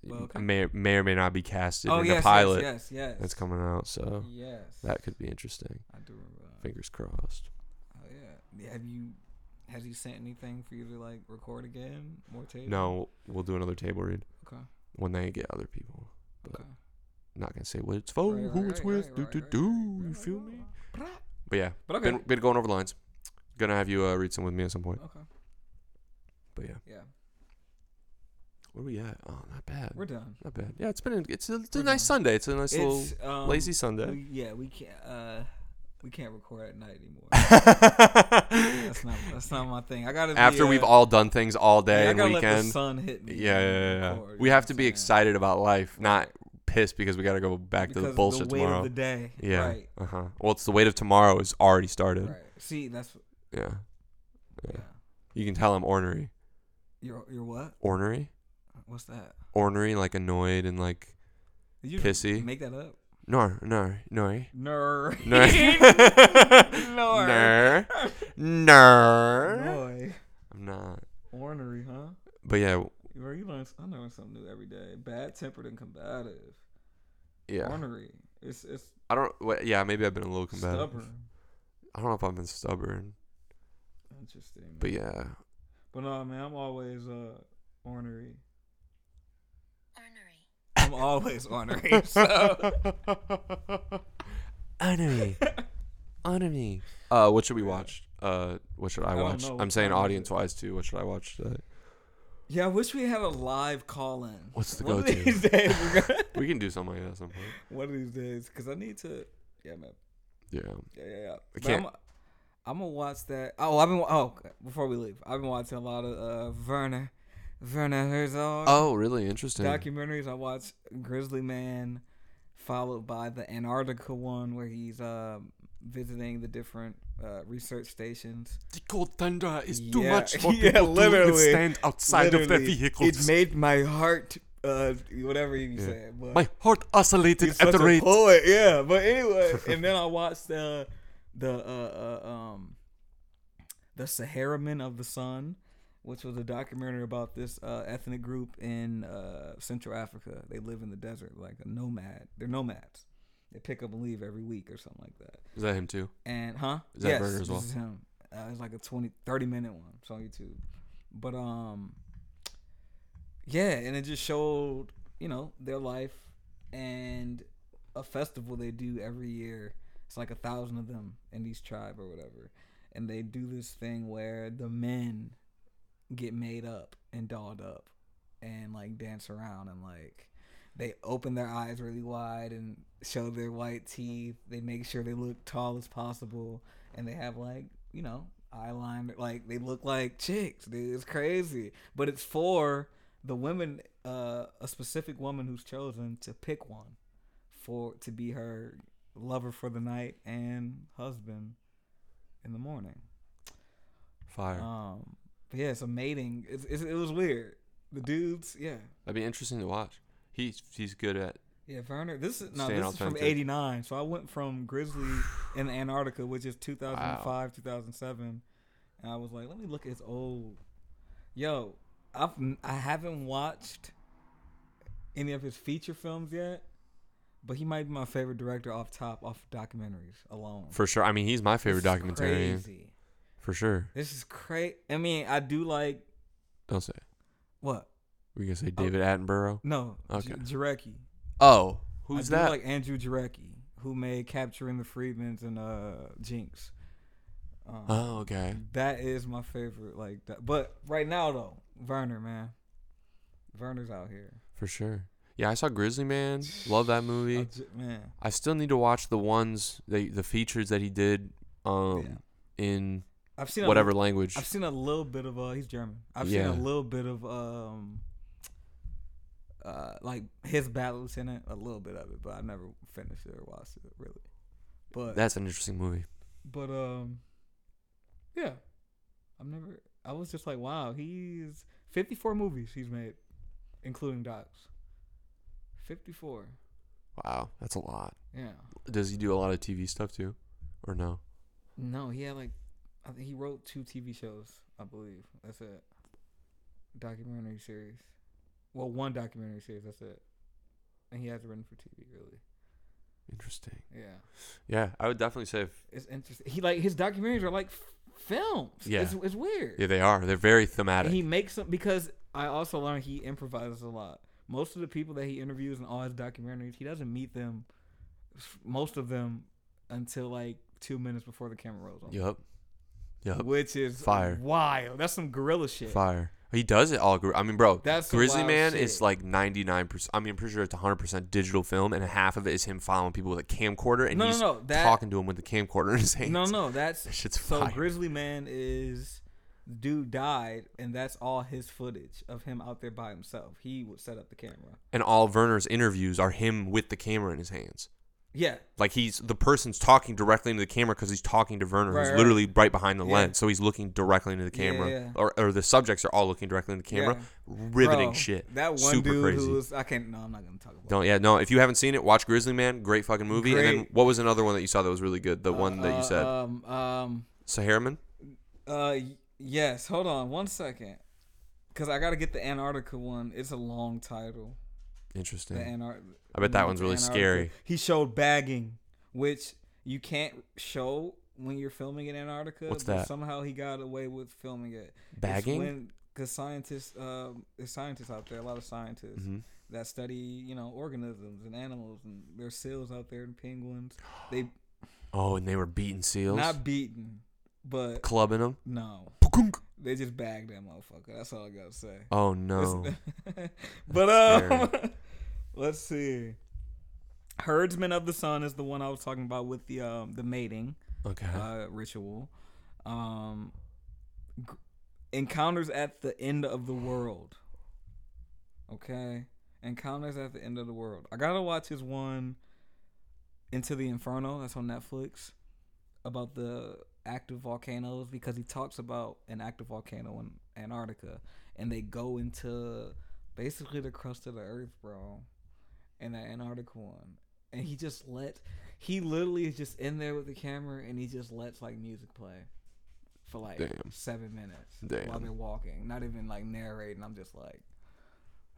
Speaker 2: Well, okay.
Speaker 1: may may or may not be casted
Speaker 2: oh
Speaker 1: in
Speaker 2: yes,
Speaker 1: the pilot
Speaker 2: yes, yes, yes. Mm.
Speaker 1: that's coming out, so
Speaker 2: Yes.
Speaker 1: that could be interesting.
Speaker 2: I do remember. That.
Speaker 1: Fingers crossed.
Speaker 2: Oh yeah. Have you? Has he sent anything for you to like record again? More tape?
Speaker 1: No, we'll do another table read
Speaker 2: Okay.
Speaker 1: when they get other people.
Speaker 2: Okay.
Speaker 1: Not gonna say what it's for,
Speaker 2: Right,
Speaker 1: who
Speaker 2: right,
Speaker 1: it's
Speaker 2: right,
Speaker 1: with,
Speaker 2: right,
Speaker 1: do
Speaker 2: right,
Speaker 1: do
Speaker 2: right,
Speaker 1: do.
Speaker 2: right,
Speaker 1: You
Speaker 2: right,
Speaker 1: feel
Speaker 2: right,
Speaker 1: me?
Speaker 2: right.
Speaker 1: But yeah,
Speaker 2: But okay.
Speaker 1: been been going over the lines. Gonna have you uh, read some with me at some point.
Speaker 2: okay.
Speaker 1: But yeah,
Speaker 2: Yeah.
Speaker 1: where we at? Oh, not bad.
Speaker 2: We're done.
Speaker 1: not bad. Yeah, it's been a, it's a, it's a
Speaker 2: We're
Speaker 1: nice
Speaker 2: done.
Speaker 1: Sunday. It's a nice little
Speaker 2: It's um,
Speaker 1: lazy Sunday.
Speaker 2: We, yeah, we can't. Uh, we can't record at night anymore. that's
Speaker 1: After
Speaker 2: not. That's not my thing. I gotta. be, uh,
Speaker 1: we've all done things all
Speaker 2: yeah,
Speaker 1: day
Speaker 2: I
Speaker 1: and
Speaker 2: gotta Let the
Speaker 1: weekend.
Speaker 2: sun hit me.
Speaker 1: Yeah, yeah,
Speaker 2: and
Speaker 1: yeah, yeah.
Speaker 2: record,
Speaker 1: We
Speaker 2: you know
Speaker 1: have
Speaker 2: what
Speaker 1: to
Speaker 2: I'm
Speaker 1: be
Speaker 2: saying?
Speaker 1: excited about life, not
Speaker 2: Right.
Speaker 1: pissed because we gotta go back to
Speaker 2: Because
Speaker 1: the bullshit
Speaker 2: the weight
Speaker 1: tomorrow.
Speaker 2: of the day.
Speaker 1: yeah.
Speaker 2: Right.
Speaker 1: Uh huh. Well, it's the weight of tomorrow is already started.
Speaker 2: Right. See, that's.
Speaker 1: Yeah.
Speaker 2: Yeah.
Speaker 1: Yeah. You can tell I'm ornery.
Speaker 2: You're. You're what?
Speaker 1: Ornery?
Speaker 2: What's that?
Speaker 1: Ornery, like annoyed and like
Speaker 2: Did you
Speaker 1: pissy.
Speaker 2: Make that up.
Speaker 1: Nor, nor, nor.
Speaker 2: Ner.
Speaker 1: Nor. Nor. Nor.
Speaker 2: Boy.
Speaker 1: I'm not.
Speaker 2: Ornery, huh?
Speaker 1: But yeah,
Speaker 2: Where you learn? I learn something new every day. Bad tempered and combative.
Speaker 1: yeah.
Speaker 2: Ornery. It's it's
Speaker 1: I don't, wait, yeah, maybe I've been a little combative.
Speaker 2: stubborn.
Speaker 1: I don't know if I've been stubborn,
Speaker 2: Interesting. man.
Speaker 1: but yeah.
Speaker 2: but no, man, I'm always uh ornery.
Speaker 4: Ornery.
Speaker 2: I'm always ornery. So
Speaker 1: Ornery. Ornery. Uh, what should we watch? Uh, what should I
Speaker 2: I don't
Speaker 1: watch?
Speaker 2: know.
Speaker 1: I'm saying
Speaker 2: What is it?
Speaker 1: audience wise too. What should I watch today?
Speaker 2: yeah, I wish we had a live call in.
Speaker 1: What's the
Speaker 2: One of
Speaker 1: go-to?
Speaker 2: these days, we're gonna.
Speaker 1: We can do something like that at some point.
Speaker 2: One of these days, because I need to. Yeah, man.
Speaker 1: Yeah.
Speaker 2: Yeah, yeah, yeah. But
Speaker 1: can't-
Speaker 2: I'm, I'm gonna watch that. Oh, I've been. wa- Oh, okay, before we leave, I've been watching a lot of uh, Werner, Werner Herzog
Speaker 1: Oh, really interesting.
Speaker 2: documentaries. I watched Grizzly Man, followed by the Antarctica one where he's um visiting the different uh, research stations.
Speaker 1: the cold thunder is
Speaker 2: too Yeah, much for yeah, people to literally, withstand
Speaker 1: outside
Speaker 2: Literally, It made my heart. Uh, whatever you said. But
Speaker 1: heart oscillated
Speaker 2: He's such a poet, yeah. But anyway, and then I watched uh, the uh, uh, um, the Sahara Men of the Sun, which was a documentary about this uh, ethnic group in uh, Central Africa. They live in the desert, like a nomad. They're nomads. They pick up and leave every week or something like that.
Speaker 1: Is that him too?
Speaker 2: And huh?
Speaker 1: Is that Burger as well?
Speaker 2: This is him. Uh, it's like a 20, 30 minute one. It's on YouTube. But um, yeah, and it just showed you know their life and a festival they do every year. It's like a thousand of them in these tribe or whatever, and they do this thing where the men get made up and dolled up and like dance around and like they open their eyes really wide and show their white teeth. They make sure they look tall as possible and they have like, you know, eye line like they look like chicks. Dude, it's crazy. But it's for the women uh a specific woman who's chosen to pick one for to be her lover for the night and husband in the morning.
Speaker 1: Fire.
Speaker 2: Um, But yeah, so mating, it's, it's, it was weird. The dudes, yeah,
Speaker 1: That'd be interesting to watch. He's he's good at
Speaker 2: yeah. Werner, this is no,
Speaker 1: Staying
Speaker 2: this is from
Speaker 1: authentic.
Speaker 2: '89. So I went from Grizzly in Antarctica, which is 2005, 2007, and I was like, let me look at his old. Yo, I've n- I haven't watched any of his feature films yet, but he might be my favorite director off top off documentaries alone.
Speaker 1: for sure. I mean, he's my favorite
Speaker 2: This is
Speaker 1: documentarian
Speaker 2: Crazy.
Speaker 1: for sure.
Speaker 2: This is crazy. I mean, I do like
Speaker 1: Don't say. it.
Speaker 2: what?
Speaker 1: We gonna
Speaker 2: Oh.
Speaker 1: say David Attenborough?
Speaker 2: No,
Speaker 1: Okay.
Speaker 2: J- Jarecki.
Speaker 1: Oh,
Speaker 2: I
Speaker 1: who's
Speaker 2: do
Speaker 1: that?
Speaker 2: Like Andrew Jarecki, who made Capturing the Freedmans and uh Jinx. Um,
Speaker 1: oh, okay.
Speaker 2: That is my favorite. Like, that. but right now though, Werner, man, Werner's out here.
Speaker 1: For sure. Yeah, I saw Grizzly Man. Love that
Speaker 2: I
Speaker 1: movie.
Speaker 2: ju- man,
Speaker 1: I still need to watch the ones the the features that he did um in
Speaker 2: I've seen a
Speaker 1: whatever language.
Speaker 2: I've seen a little bit of uh he's German. I've
Speaker 1: Yeah.
Speaker 2: seen a little bit of um uh like his bad lieutenant, a little bit of it, but I never finished it or watched it really. But
Speaker 1: That's an interesting movie.
Speaker 2: but um Yeah. I've never I was just like, wow, he's fifty four movies he's made, including docs. Fifty four.
Speaker 1: Wow, that's a lot.
Speaker 2: Yeah.
Speaker 1: Does he do a lot of TV stuff too, or no?
Speaker 2: No, he had like I think he wrote two TV shows, I believe. That's it. Documentary series. Well, one documentary series, that's it. And he has written for TV, really.
Speaker 1: Interesting.
Speaker 2: Yeah.
Speaker 1: Yeah, I would definitely say. If,
Speaker 2: It's interesting. He like his documentaries are like f- films.
Speaker 1: Yeah.
Speaker 2: It's, it's weird.
Speaker 1: yeah, they are. They're very
Speaker 2: And
Speaker 1: thematic.
Speaker 2: he makes them because I also learned he improvises a lot. Most of the people that he interviews in all his documentaries, he doesn't meet them f- most of them until like 2 minutes before the camera rolls on.
Speaker 1: Yup. Yup.
Speaker 2: Which is
Speaker 1: Fire.
Speaker 2: wild. That's some gorilla shit.
Speaker 1: Fire. He does it all. gr- I mean, bro,
Speaker 2: That's some
Speaker 1: Grizzly
Speaker 2: wild
Speaker 1: Man
Speaker 2: shit.
Speaker 1: is like 99%. I mean, I'm pretty sure it's 100% digital film, and half of it is him following people with a camcorder, and
Speaker 2: No, no,
Speaker 1: he's
Speaker 2: no, that-
Speaker 1: talking to him with the camcorder in his hands.
Speaker 2: No, no, that's
Speaker 1: That shit's
Speaker 2: so
Speaker 1: fire.
Speaker 2: Grizzly Man is dude died, and that's all his footage of him out there by himself. He would set up the camera.
Speaker 1: And all Werner's interviews are him with the camera in his hands.
Speaker 2: Yeah,
Speaker 1: Like, he's the person's talking directly into the camera because he's talking to Werner,
Speaker 2: Right,
Speaker 1: who's
Speaker 2: right.
Speaker 1: literally right behind the
Speaker 2: Yeah.
Speaker 1: lens. So he's looking directly into the
Speaker 2: Yeah,
Speaker 1: camera,
Speaker 2: yeah.
Speaker 1: Or, or the subjects are all looking directly into the camera.
Speaker 2: Yeah.
Speaker 1: Riveting
Speaker 2: Bro,
Speaker 1: shit.
Speaker 2: That one
Speaker 1: Super
Speaker 2: dude
Speaker 1: crazy.
Speaker 2: who was I can't. No, I'm not gonna talk about.
Speaker 1: Don't yeah no. If you haven't seen it, watch Grizzly Man. Great fucking movie. And then
Speaker 2: Great.
Speaker 1: what was another one that you saw that was really good? The
Speaker 2: it.
Speaker 1: one that
Speaker 2: Uh,
Speaker 1: you said,
Speaker 2: Um, um,
Speaker 1: Saharaman.
Speaker 2: uh, y- yes. Hold on one second, cause I gotta get the Antarctica one. It's a long title.
Speaker 1: Interesting.
Speaker 2: The Antar-
Speaker 1: I bet that
Speaker 2: the
Speaker 1: one's really
Speaker 2: Antarctica.
Speaker 1: scary.
Speaker 2: He showed bagging, which you can't show when you're filming in Antarctica.
Speaker 1: What's
Speaker 2: but
Speaker 1: that?
Speaker 2: Somehow he got away with filming it. It's
Speaker 1: Bagging?
Speaker 2: when- Cause scientists, um, there's scientists out there, a lot of scientists
Speaker 1: Mhm.
Speaker 2: that study, you know, organisms and animals, and there's seals out there and penguins. They
Speaker 1: Oh, and they were beating seals,
Speaker 2: not beaten, but
Speaker 1: clubbing them.
Speaker 2: no,
Speaker 1: Pukunk.
Speaker 2: they just bagged that motherfucker. That's all I gotta say.
Speaker 1: Oh no.
Speaker 2: It's- but um, let's see. Herdsman of the Sun is the one I was talking about with the um the mating
Speaker 1: Okay.
Speaker 2: uh, ritual. Um, g- encounters at the end of the world. Okay, encounters at the end of the world. I gotta watch his one. Into the Inferno. That's on Netflix. About the active volcanoes because he talks about an active volcano in Antarctica, and they go into basically the crust of the earth, bro. In that Antarctica one, and he just let he literally is just in there with the camera, and he just lets like music play for like
Speaker 1: Damn.
Speaker 2: seven minutes while
Speaker 1: Damn.
Speaker 2: they're walking, not even like narrating. I'm just like,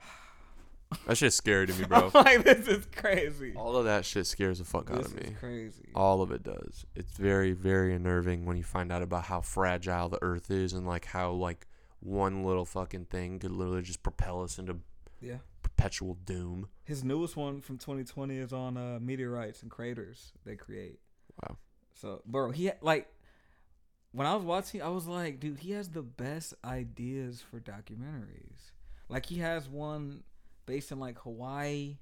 Speaker 1: that shit's scary to me, bro.
Speaker 2: I'm like this is crazy.
Speaker 1: All of that shit scares the fuck out
Speaker 2: This
Speaker 1: of me.
Speaker 2: is crazy.
Speaker 1: All of it does. It's very, very unnerving when you find out about how fragile the Earth is and like how like one little fucking thing could literally just propel us into
Speaker 2: Yeah.
Speaker 1: perpetual doom.
Speaker 2: His newest one from 2020 is on uh, meteorites and craters they create.
Speaker 1: Wow.
Speaker 2: So, bro, he like when I was watching, I was like, dude, he has the best ideas for documentaries. Like he has one based in like Hawaii,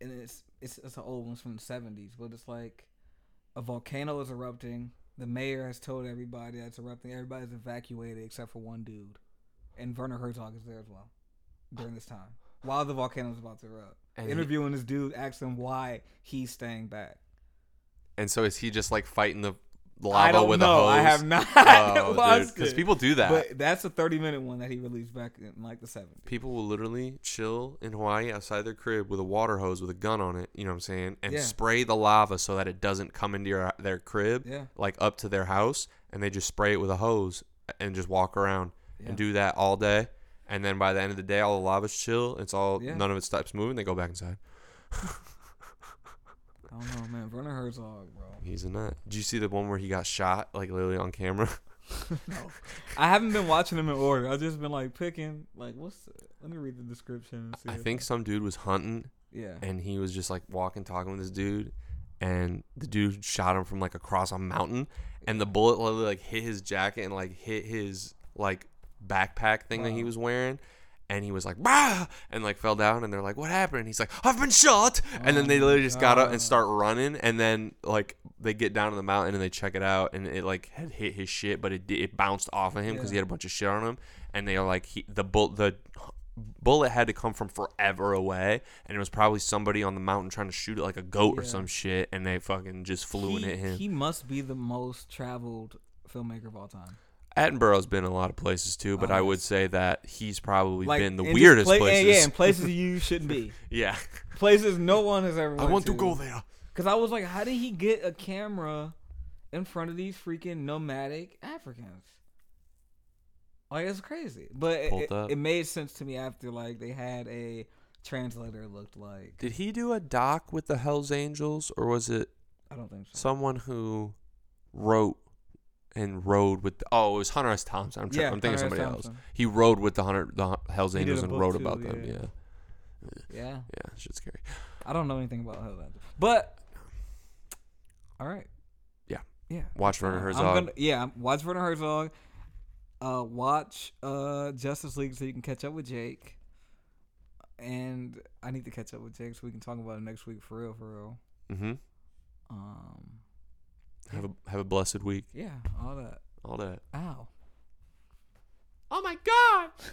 Speaker 2: and it's it's it's an old one it's from the 70s, but it's like a volcano is erupting. The mayor has told everybody that's erupting. Everybody's evacuated except for one dude, and Werner Herzog is there as well during this time while the volcano's about to erupt.
Speaker 1: And he-
Speaker 2: Interviewing this dude, asking him why he's staying back.
Speaker 1: And so is he just like fighting the lava
Speaker 2: I don't
Speaker 1: with a
Speaker 2: know.
Speaker 1: hose.
Speaker 2: I have not watched
Speaker 1: because
Speaker 2: it.
Speaker 1: people do that.
Speaker 2: But that's a 30 minute one that he released back in like the 70s.
Speaker 1: people will literally chill in Hawaii outside their crib with a water hose with a gun on it, you know what I'm saying, and
Speaker 2: Yeah.
Speaker 1: spray the lava so that it doesn't come into your, their crib,
Speaker 2: Yeah.
Speaker 1: like up to their house, and they just spray it with a hose and just walk around
Speaker 2: Yeah.
Speaker 1: and do that all day. And then by the end of the day, all the lava's chill. It's all
Speaker 2: Yeah.
Speaker 1: none of it stops moving. They go back inside.
Speaker 2: I don't know, man. Werner Herzog, bro.
Speaker 1: He's a nut. Did you see the one where he got shot like literally on camera?
Speaker 2: I haven't been watching him in order. I've just been like picking, like, what's. The, let me read the description. And see
Speaker 1: I
Speaker 2: if-
Speaker 1: think some dude was hunting
Speaker 2: Yeah.
Speaker 1: and he was just like walking, talking with this dude, and the dude shot him from like across a mountain, and the bullet literally like hit his jacket and like hit his like backpack thing that he
Speaker 2: Wow.
Speaker 1: was wearing. And he was like, bah! and like fell down, and they're like, "What happened?" And he's like, "I've been shot!" and then
Speaker 2: Oh
Speaker 1: they
Speaker 2: my
Speaker 1: literally just got up and
Speaker 2: God.
Speaker 1: start running, and then like they get down to the mountain and they check it out, and it like had hit his shit, but it did, it bounced off of him because he had
Speaker 2: Yeah.
Speaker 1: a bunch of shit on him, and they are like, he, the bull the bullet had to come from forever away and it was probably somebody on the mountain trying to shoot it like a goat or
Speaker 2: Yeah.
Speaker 1: some shit and they fucking just flew and
Speaker 2: he,
Speaker 1: hit him.
Speaker 2: he must be the most traveled filmmaker of all time.
Speaker 1: Attenborough's been in a lot of places too, but
Speaker 2: Oh,
Speaker 1: I would say that he's probably been the
Speaker 2: and just
Speaker 1: weirdest
Speaker 2: pla-
Speaker 1: places.
Speaker 2: and, yeah, and places you shouldn't be.
Speaker 1: yeah.
Speaker 2: Places no one has ever.
Speaker 1: I
Speaker 2: Went
Speaker 1: want to go there.
Speaker 2: Because I was like, how did he get a camera in front of these freaking nomadic Africans? Like, it's crazy. But it,
Speaker 1: Pulled
Speaker 2: it-
Speaker 1: up.
Speaker 2: it made sense to me after, like, they had a translator, it looked like.
Speaker 1: Did he do a doc with the Hells Angels or was it
Speaker 2: I don't think so.
Speaker 1: someone who wrote and rode with the, oh it was Hunter S. Thompson. I'm, tr-
Speaker 2: Yeah,
Speaker 1: I'm thinking
Speaker 2: Hunter S.
Speaker 1: somebody else.
Speaker 2: Thompson.
Speaker 1: He rode with the Hunter the Hun- Hells
Speaker 2: He did
Speaker 1: Angels
Speaker 2: a
Speaker 1: and
Speaker 2: book,
Speaker 1: wrote
Speaker 2: too,
Speaker 1: about them.
Speaker 2: yeah.
Speaker 1: Yeah.
Speaker 2: Yeah.
Speaker 1: Yeah, shit's scary.
Speaker 2: I don't know anything about how that. But, all right.
Speaker 1: Yeah.
Speaker 2: Yeah.
Speaker 1: Watch Werner
Speaker 2: Uh, I'm
Speaker 1: Herzog.
Speaker 2: gonna- yeah, watch Werner Herzog. Uh, watch uh, Justice League so you can catch up with Jake. And I need to catch up with Jake so we can talk about it next week for real, for real.
Speaker 1: Mhm.
Speaker 2: Um,
Speaker 1: Have a have a blessed week.
Speaker 2: yeah, all that.
Speaker 1: All that.
Speaker 2: Ow.
Speaker 3: Oh my god!